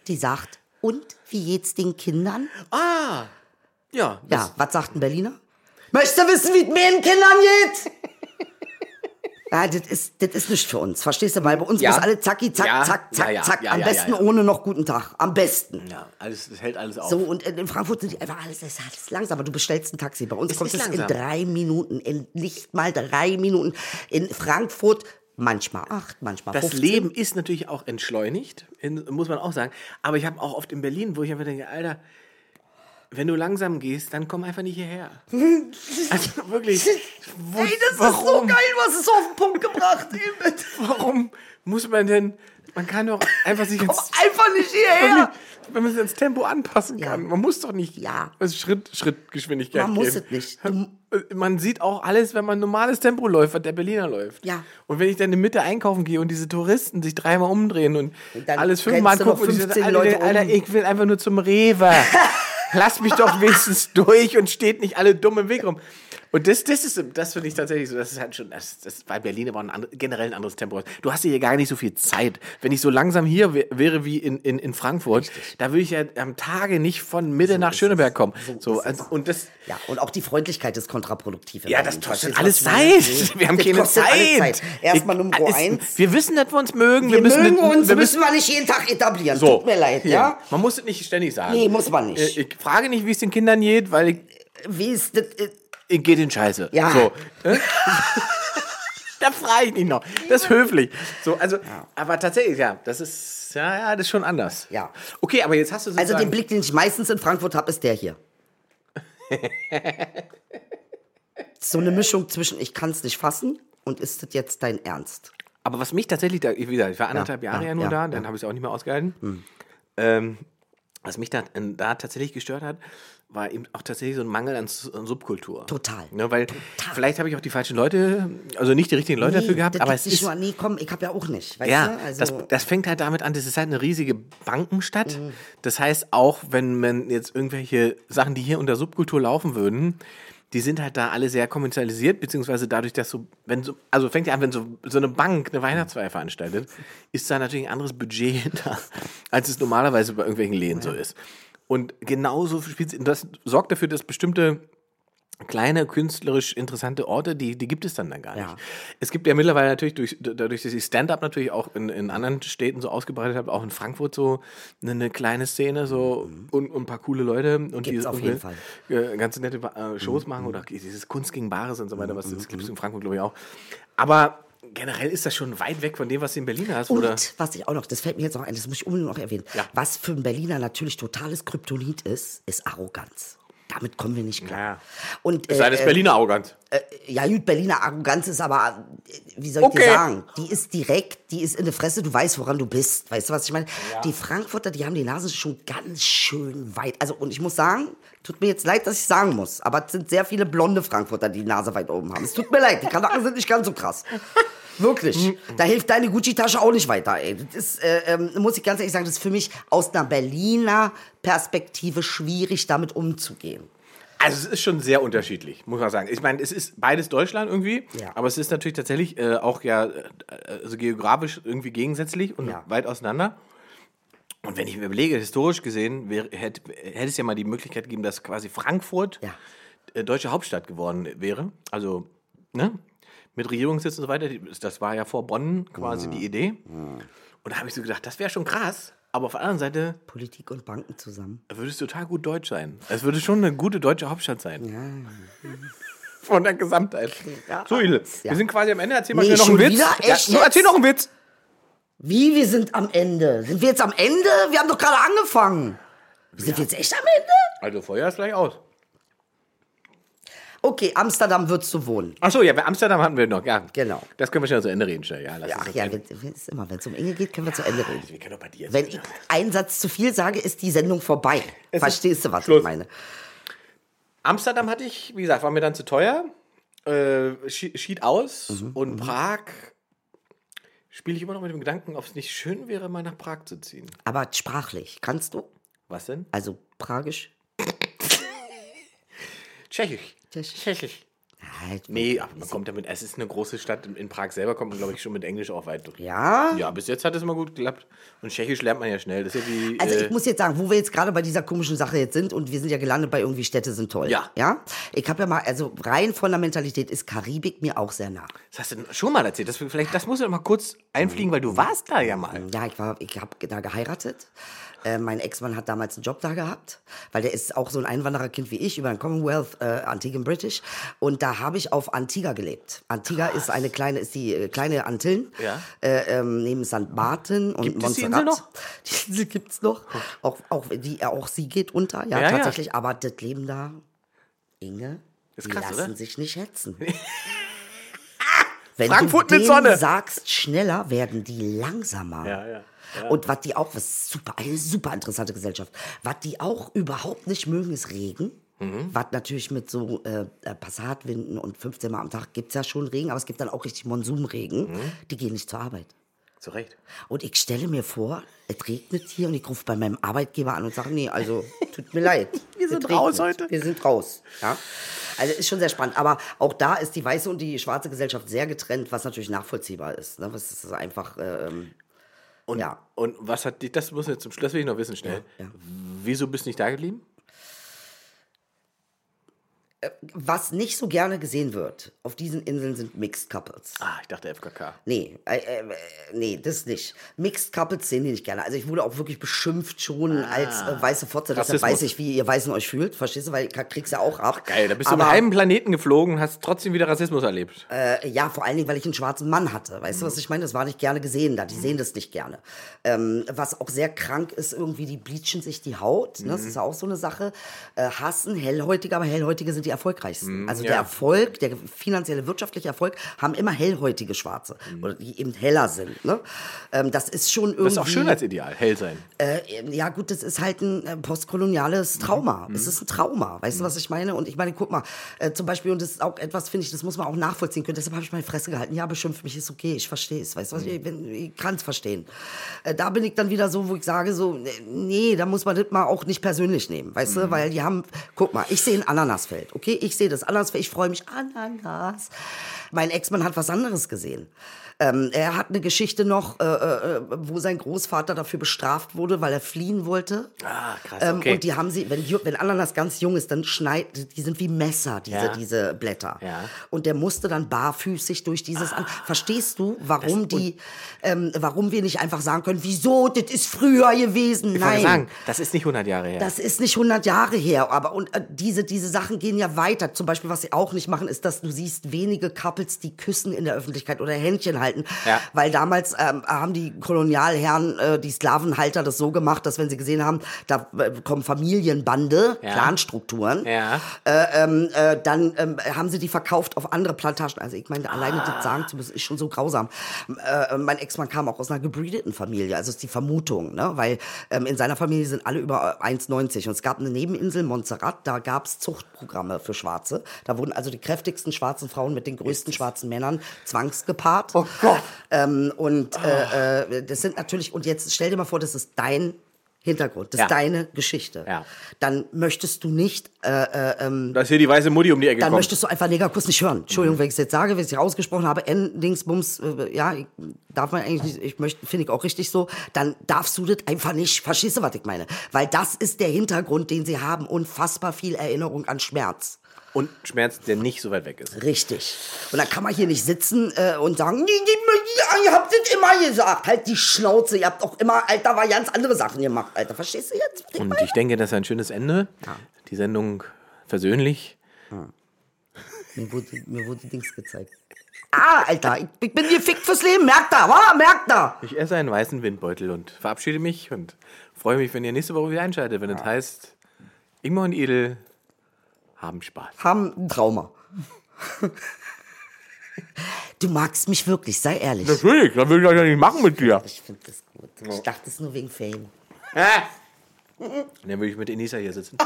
S4: Die sagt, und wie geht's den Kindern?
S2: ja, das,
S4: Ja, was sagt ein Berliner? Möchte wissen, wie es mir den Kindern geht? Ja, das ist, das ist nicht für uns, verstehst du? Weil bei uns
S2: Ja.
S4: muss alle zacki, zack,
S2: Ja,
S4: zack, zack,
S2: ja, ja,
S4: zack.
S2: ja,
S4: Am
S2: ja,
S4: besten
S2: ja, ja.
S4: ohne noch guten Tag. Am besten.
S2: ja alles, das hält alles auf.
S4: So, und in in Frankfurt sind die einfach alles, das ist alles langsam. Aber du bestellst ein Taxi. Bei uns
S2: Es
S4: kommt
S2: ist
S4: es in
S2: langsam.
S4: drei Minuten, in nicht mal drei Minuten. In Frankfurt manchmal acht, manchmal
S2: Das
S4: 15.
S2: Leben ist natürlich auch entschleunigt, in, muss man auch sagen. Aber ich habe auch oft in Berlin, wo ich einfach denke, Alter, wenn du langsam gehst, dann komm einfach nicht hierher. Also wirklich. Wo,
S4: Ey, das ist so
S2: warum?
S4: geil, was es auf den Punkt gebracht hat.
S2: Warum muss man denn? Man kann doch einfach sich
S4: Komm
S2: ins,
S4: einfach nicht hierher.
S2: wenn man sich ins Tempo anpassen
S4: Ja.
S2: kann. Man muss doch nicht.
S4: Ja.
S2: Also Schritt, Schrittgeschwindigkeit.
S4: Man muss
S2: geben. äh,
S4: es nicht. Du-
S2: Man sieht auch alles, wenn man normales Tempo läuft, was der Berliner läuft.
S4: Ja.
S2: Und wenn ich dann in Mitte einkaufen gehe und diese Touristen sich dreimal umdrehen und,
S4: dann
S2: alles fünfmal
S4: rennst du
S2: angucken und
S4: noch
S2: ich sage,
S4: 15
S2: Alter,
S4: Leute
S2: Alter,
S4: um.
S2: ich will einfach nur zum Rewe. Lass mich doch wenigstens durch und steht nicht alle dumm im Weg rum. Und das, das ist, das finde ich tatsächlich so, das ist halt schon, das, das bei Berlin aber ein andre, generell ein anderes Tempo. Du hast hier gar nicht so viel Zeit. Wenn ich so langsam hier wär, wäre wie in, in, in Frankfurt, da würde ich ja am Tage nicht von Mitte nach Schöneberg kommen. So, also, und das,
S4: Ja, und auch die Freundlichkeit ist kontraproduktiv.
S2: ja, das kostet alles Zeit. Wir haben
S4: Das
S2: keine
S4: kostet alles
S2: Zeit.
S4: Zeit. Erstmal
S2: Ich-
S4: Nummer
S2: es-
S4: eins.
S2: Wir wissen, dass wir uns mögen. Wir,
S4: Wir
S2: müssen,
S4: mögen
S2: das-
S4: uns,
S2: wir
S4: müssen
S2: müssen
S4: wir nicht jeden Tag etablieren.
S2: so.
S4: Tut mir leid,
S2: Hier.
S4: ja?
S2: Man muss es nicht ständig sagen.
S4: Nee, muss man nicht.
S2: Äh, Ich frage nicht, wie es den Kindern geht, weil ich,
S4: Wie ist das? äh,
S2: ich gehe den Scheiße.
S4: Ja.
S2: So. Äh? da frage ich nicht noch. Das ist höflich. So, also, aber tatsächlich, ja, das ist, ja, ja, das ist schon anders.
S4: Ja.
S2: Okay, aber jetzt hast du
S4: Also
S2: sozusagen,
S4: den Blick, den ich meistens in Frankfurt habe, ist der hier. so eine Mischung zwischen ich kann es nicht fassen und ist das jetzt dein Ernst?
S2: aber was mich tatsächlich, da, wie gesagt, ich war anderthalb
S4: ja,
S2: Jahre ja nur
S4: ja,
S2: da,
S4: ja. Hm.
S2: dann habe ich es auch nicht mehr ausgehalten. Ähm, was mich da, da tatsächlich gestört hat, war eben auch tatsächlich so ein Mangel an, S- an Subkultur.
S4: Total.
S2: Ne, weil vielleicht habe ich auch die falschen Leute, also nicht die richtigen Leute dafür gehabt,
S4: das
S2: aber
S4: liegt
S2: es
S4: nicht
S2: ist,
S4: nur an, nee, komm, ich habe ja auch nicht. Weißt
S2: Ja,
S4: du? also,
S2: das, das fängt halt damit an, das ist halt eine riesige Bankenstadt.
S4: Mhm.
S2: Das heißt, auch wenn man jetzt irgendwelche Sachen, die hier unter Subkultur laufen würden, die sind halt da alle sehr kommerzialisiert, beziehungsweise dadurch, dass so, wenn so, also fängt ja an, wenn so, so eine Bank eine Weihnachtsfeier veranstaltet, ist da natürlich ein anderes Budget hinter, als es normalerweise bei irgendwelchen Läden so ist. Und genauso spielt das sorgt dafür, dass bestimmte kleine künstlerisch interessante Orte, die, die gibt es dann dann gar nicht.
S4: Ja.
S2: Es gibt ja mittlerweile natürlich durch dadurch, dass ich Stand-up natürlich auch in, in anderen Städten so ausgebreitet habe, auch in Frankfurt so eine, eine kleine Szene so und, und ein paar coole Leute und
S4: Mhm. Gibt's
S2: die
S4: auf jeden Fall. Mhm.
S2: äh, ganz nette äh, Shows machen oder dieses Kunst gegen Bares und so weiter, was das gibt es in Frankfurt glaube ich auch. Aber generell ist das schon weit weg von dem, was du in Berlin hast, oder?
S4: Und was ich auch noch, das fällt mir jetzt noch ein, das muss ich unbedingt noch erwähnen.
S2: Ja.
S4: Was für einen Berliner natürlich totales Kryptonit ist, ist Arroganz. Damit kommen wir nicht klar.
S2: Ja.
S4: Und,
S2: Es sei
S4: äh,
S2: denn, es ist
S4: äh,
S2: Berliner arrogant.
S4: ja gut, Berliner Arroganz ist aber, äh, wie soll ich
S2: Okay.
S4: dir sagen, die ist direkt, die ist in der Fresse, du weißt, woran du bist. Weißt du, was ich meine? Die Frankfurter, die haben die Nase schon ganz schön weit. Also, und ich muss sagen, tut mir jetzt leid, dass ich sagen muss, aber es sind sehr viele blonde Frankfurter, die die Nase weit oben haben. Es tut mir leid, die Kanaken sind nicht ganz so krass. Wirklich. Da hilft deine Gucci-Tasche auch nicht weiter, ey. Das ist, äh, ähm, muss ich ganz ehrlich sagen, das ist für mich aus einer Berliner Perspektive schwierig, damit umzugehen.
S2: Also es ist schon sehr unterschiedlich, muss man sagen. Ich meine, es ist beides Deutschland irgendwie,
S4: Ja.
S2: aber es ist natürlich tatsächlich äh, auch ja äh, also geografisch irgendwie gegensätzlich und
S4: Ja.
S2: weit auseinander. Und wenn ich mir überlege, historisch gesehen, wäre, hätte, hätte es ja mal die Möglichkeit gegeben, dass quasi Frankfurt
S4: Ja.
S2: äh, deutsche Hauptstadt geworden wäre. Also, ne? Mit Regierungssitz und so weiter. Die- Das war ja vor Bonn quasi
S4: Mhm.
S2: die Idee. Und da habe ich so gedacht, das wäre schon krass. Aber auf der anderen Seite
S4: Politik und Banken zusammen.
S2: würde es total gut deutsch sein. Es würde schon eine gute deutsche Hauptstadt sein. Von der Gesamtheit. So, Ile,
S4: Ja.
S2: wir sind quasi am Ende. Erzähl mal
S4: Nee,
S2: schnell noch einen
S4: schon
S2: Witz.
S4: wieder? Echt
S2: so, erzähl
S4: jetzt?
S2: noch einen Witz.
S4: Wie, wir sind am Ende? Sind wir jetzt am Ende? Wir haben doch gerade angefangen. Sind wir jetzt echt am Ende?
S2: Also, Feuer ist gleich aus.
S4: Okay, Amsterdam würdest du wohnen.
S2: Achso, ja, bei Amsterdam hatten wir noch. Ja.
S4: Genau.
S2: Das können wir schnell zu Ende reden, schnell. Ja, lass
S4: Ach
S2: uns
S4: ja,
S2: erzählen.
S4: wenn, wenn es immer, wenn es um Inge geht, können wir zu Ende reden.
S2: wir können doch bei dir
S4: Wenn
S2: sein.
S4: ich einen Satz zu viel sage, ist die Sendung vorbei.
S2: ist
S4: Verstehst du, was
S2: Schluss.
S4: ich meine?
S2: Amsterdam hatte ich, wie gesagt, war mir dann zu teuer. Äh, schi- schied aus.
S4: Mhm,
S2: und Prag spiele ich immer noch mit dem Gedanken, ob es nicht schön wäre, mal nach Prag zu ziehen.
S4: Aber sprachlich, kannst du?
S2: Was denn?
S4: Also pragisch?
S2: Tschechisch.
S4: Tschechisch. Halt,
S2: Nee, aber man kommt damit. Es ist eine große Stadt. In- In Prag selber kommt man, glaube ich, schon mit Englisch auch weit durch.
S4: Ja?
S2: Ja, bis jetzt hat es immer gut geklappt. Und Tschechisch lernt man ja schnell. Das ist ja wie.
S4: Also
S2: äh,
S4: ich muss jetzt sagen, wo wir jetzt gerade bei dieser komischen Sache jetzt sind und wir sind ja gelandet bei irgendwie Städte sind toll.
S2: Ja.
S4: Ja? Ich habe ja mal, also rein von der Mentalität ist Karibik mir auch sehr nah.
S2: das hast du schon mal erzählt. Das, vielleicht, das musst du noch mal kurz einfliegen,
S4: Mhm.
S2: weil du warst da ja mal.
S4: Ähm, Ja, ich, war- ich habe da geheiratet. Äh, mein Ex-Mann hat damals einen Job da gehabt, weil der ist auch so ein Einwandererkind wie ich, über ein Commonwealth, äh, Antiguan British. Und da habe ich auf Antigua gelebt. Antigua ist eine kleine, ist die äh, kleine Antillen,
S2: Ja.
S4: äh, ähm, neben St. Martin und
S2: Gibt es die
S4: Montserrat.
S2: Insel noch?
S4: Die Insel gibt es noch. Auch, auch, die, auch sie geht unter, ja,
S2: Ja, ja.
S4: tatsächlich. Aber das Leben da, Inge,
S2: Ist
S4: die
S2: krass,
S4: lassen
S2: oder?
S4: sich nicht hetzen. Wenn
S2: Frankfurt
S4: du
S2: mit
S4: denen
S2: Sonne.
S4: sagst, schneller werden die langsamer. Und was die auch, was super, eine super interessante Gesellschaft, was die auch überhaupt nicht mögen, ist Regen. Was natürlich mit so äh, äh, Passatwinden und 15 Mal am Tag gibt es ja schon Regen, aber es gibt dann auch richtig Monsumregen. Die gehen nicht zur Arbeit.
S2: Zu Recht.
S4: Und ich stelle mir vor, es regnet hier und ich rufe bei meinem Arbeitgeber an und sage, nee, also tut mir leid. Wir
S2: sind raus heute.
S4: Wir sind raus. Ja? Also ist schon sehr spannend. Aber auch da ist die weiße und die schwarze Gesellschaft sehr getrennt, was natürlich nachvollziehbar ist. Ne? Was ist das einfach. Ähm,
S2: Und,
S4: ja.
S2: und was hat dich, das muss jetzt zum Schluss, will ich noch wissen, schnell. Wieso bist du nicht da geblieben?
S4: Was nicht so gerne gesehen wird auf diesen Inseln sind Mixed Couples.
S2: Ah, ich dachte FKK.
S4: Nee, äh, äh, nee, das nicht. Mixed Couples sehen die nicht gerne. Also ich wurde auch wirklich beschimpft schon als äh, weiße Fotze. Deshalb
S2: Ah. Rassismus.
S4: weiß ich, wie ihr Weißen euch fühlt. Verstehst du? Weil ka- kriegst ja auch ab.
S2: Geil, da bist du
S4: Aber,
S2: über halben Planeten geflogen und hast trotzdem wieder Rassismus erlebt.
S4: äh, Ja, vor allen Dingen, weil ich einen schwarzen Mann hatte. Weißt du,
S2: Mhm.
S4: was ich meine? Das war nicht gerne gesehen da. Die sehen das nicht gerne. Ähm, was auch sehr krank ist, irgendwie, die bleachen sich die Haut.
S2: Mhm.
S4: Ne? Das ist ja auch so eine Sache. Äh, hassen Hellhäutige, aber Hellhäutige sind die erfolgreichsten. Also der
S2: Mhm, ja.
S4: Erfolg, der finanzielle, wirtschaftliche Erfolg, haben immer hellhäutige Schwarze. Oder die eben heller sind. Ne? Ähm, das ist schon irgendwie...
S2: Mhm. Das ist auch Schönheitsideal, hell sein.
S4: Äh, ja, gut, das ist halt ein äh, postkoloniales Trauma. Es ist ein Trauma. Weißt du, was ich meine? Und ich meine, guck mal, äh, zum Beispiel, und das ist auch etwas, finde ich, das muss man auch nachvollziehen können. Deshalb habe ich meine Fresse gehalten. Ja, beschimpft mich, ist okay, ich verstehe es. Weißt du, was ich, bin- ich kann es verstehen. Äh, da bin ich dann wieder so, wo ich sage, so, äh, nee, da muss man das mal auch nicht persönlich nehmen. Weißt
S2: Mhm.
S4: du, weil die haben, guck mal, ich sehe ein Ananasfeld, okay? Ich sehe das Ananasfeld, ich freue mich, Ananas. Mein Ex-Mann hat was anderes gesehen. Ähm, er hat eine Geschichte noch, äh, äh, wo sein Großvater dafür bestraft wurde, weil er fliehen wollte.
S2: Ah, krass,
S4: Ähm,
S2: okay.
S4: Und die haben sie, wenn, Ju- wenn Ananas ganz jung ist, dann schneidet, die sind wie Messer, diese,
S2: Ja.
S4: diese Blätter.
S2: Ja. Ah.
S4: Und der musste dann barfüßig durch dieses An. Verstehst du, warum die, ähm, warum wir nicht einfach sagen können, wieso, das ist früher gewesen?
S2: Ich wollte
S4: Nein.
S2: sagen, das ist nicht 100 Jahre her.
S4: Das ist nicht 100 Jahre her, aber und äh, diese diese Sachen gehen ja weiter. Zum Beispiel, was sie auch nicht machen, ist, dass du siehst wenige Couples, die küssen in der Öffentlichkeit oder Händchen halten,
S2: Ja.
S4: weil damals ähm, haben die Kolonialherren, äh, die Sklavenhalter, das so gemacht, dass wenn sie gesehen haben, da äh, kommen Familienbande,
S2: Ja.
S4: Clanstrukturen,
S2: ja.
S4: äh, ähm, äh, dann ähm, haben sie die verkauft auf andere Plantagen. Also ich meine, alleine das sagen zu müssen, ist schon so grausam. Äh, mein Ex-Mann kam auch aus einer gebreedeten Familie, also ist die Vermutung, ne? weil ähm, in seiner Familie sind alle über 1,90 und es gab eine Nebeninsel, Montserrat, da gab es Zuchtprogramme für Schwarze. Da wurden also die kräftigsten schwarzen Frauen mit den größten schwarzen Männern zwangsgepaart.
S2: Oh Gott.
S4: Ähm, und äh, äh, das sind natürlich, und jetzt stell dir mal vor, das ist dein Hintergrund, das
S2: Ja.
S4: ist deine Geschichte.
S2: Ja.
S4: Dann möchtest du nicht
S2: Dass hier die weiße Mutti um die Ecke
S4: dann
S2: kommt.
S4: möchtest du einfach Negerkuss nicht hören. Entschuldigung, wenn ich es jetzt sage, wenn ich es ausgesprochen habe, N, Dings, Bums, äh, ja, ich, darf man eigentlich nicht, ich möchte, finde ich auch richtig so, dann darfst du das einfach nicht, verstehst du, was ich meine? Weil das ist der Hintergrund, den sie haben, unfassbar viel Erinnerung an Schmerz.
S2: Und Schmerz, der nicht so weit weg ist.
S4: Richtig. Und dann kann man hier nicht sitzen äh, und sagen, "Nee, nee, nee, ihr habt das immer gesagt. Halt die Schnauze, ihr habt auch immer, Alter, war ganz andere Sachen gemacht, Alter. Verstehst du jetzt? was ich
S2: Und ich denke, das ist ein schönes Ende. Die Sendung versöhnlich.
S4: Mir wurde, mir wurde Dings gezeigt. Ah, Alter, ich, ich bin gefickt fürs Leben. Merkt da, wa? Merkt da.
S2: Ich esse einen weißen Windbeutel und verabschiede mich und freue mich, wenn ihr nächste Woche wieder einschaltet, wenn es heißt, Ingmar und Edel haben Spaß.
S4: Haben ein Trauma. Du magst mich wirklich, sei ehrlich.
S2: Natürlich, das will ich ja nicht machen mit dir.
S4: Ich finde das gut. Ich dachte es nur wegen Fame.
S2: Dann würde ich mit Enisa hier sitzen.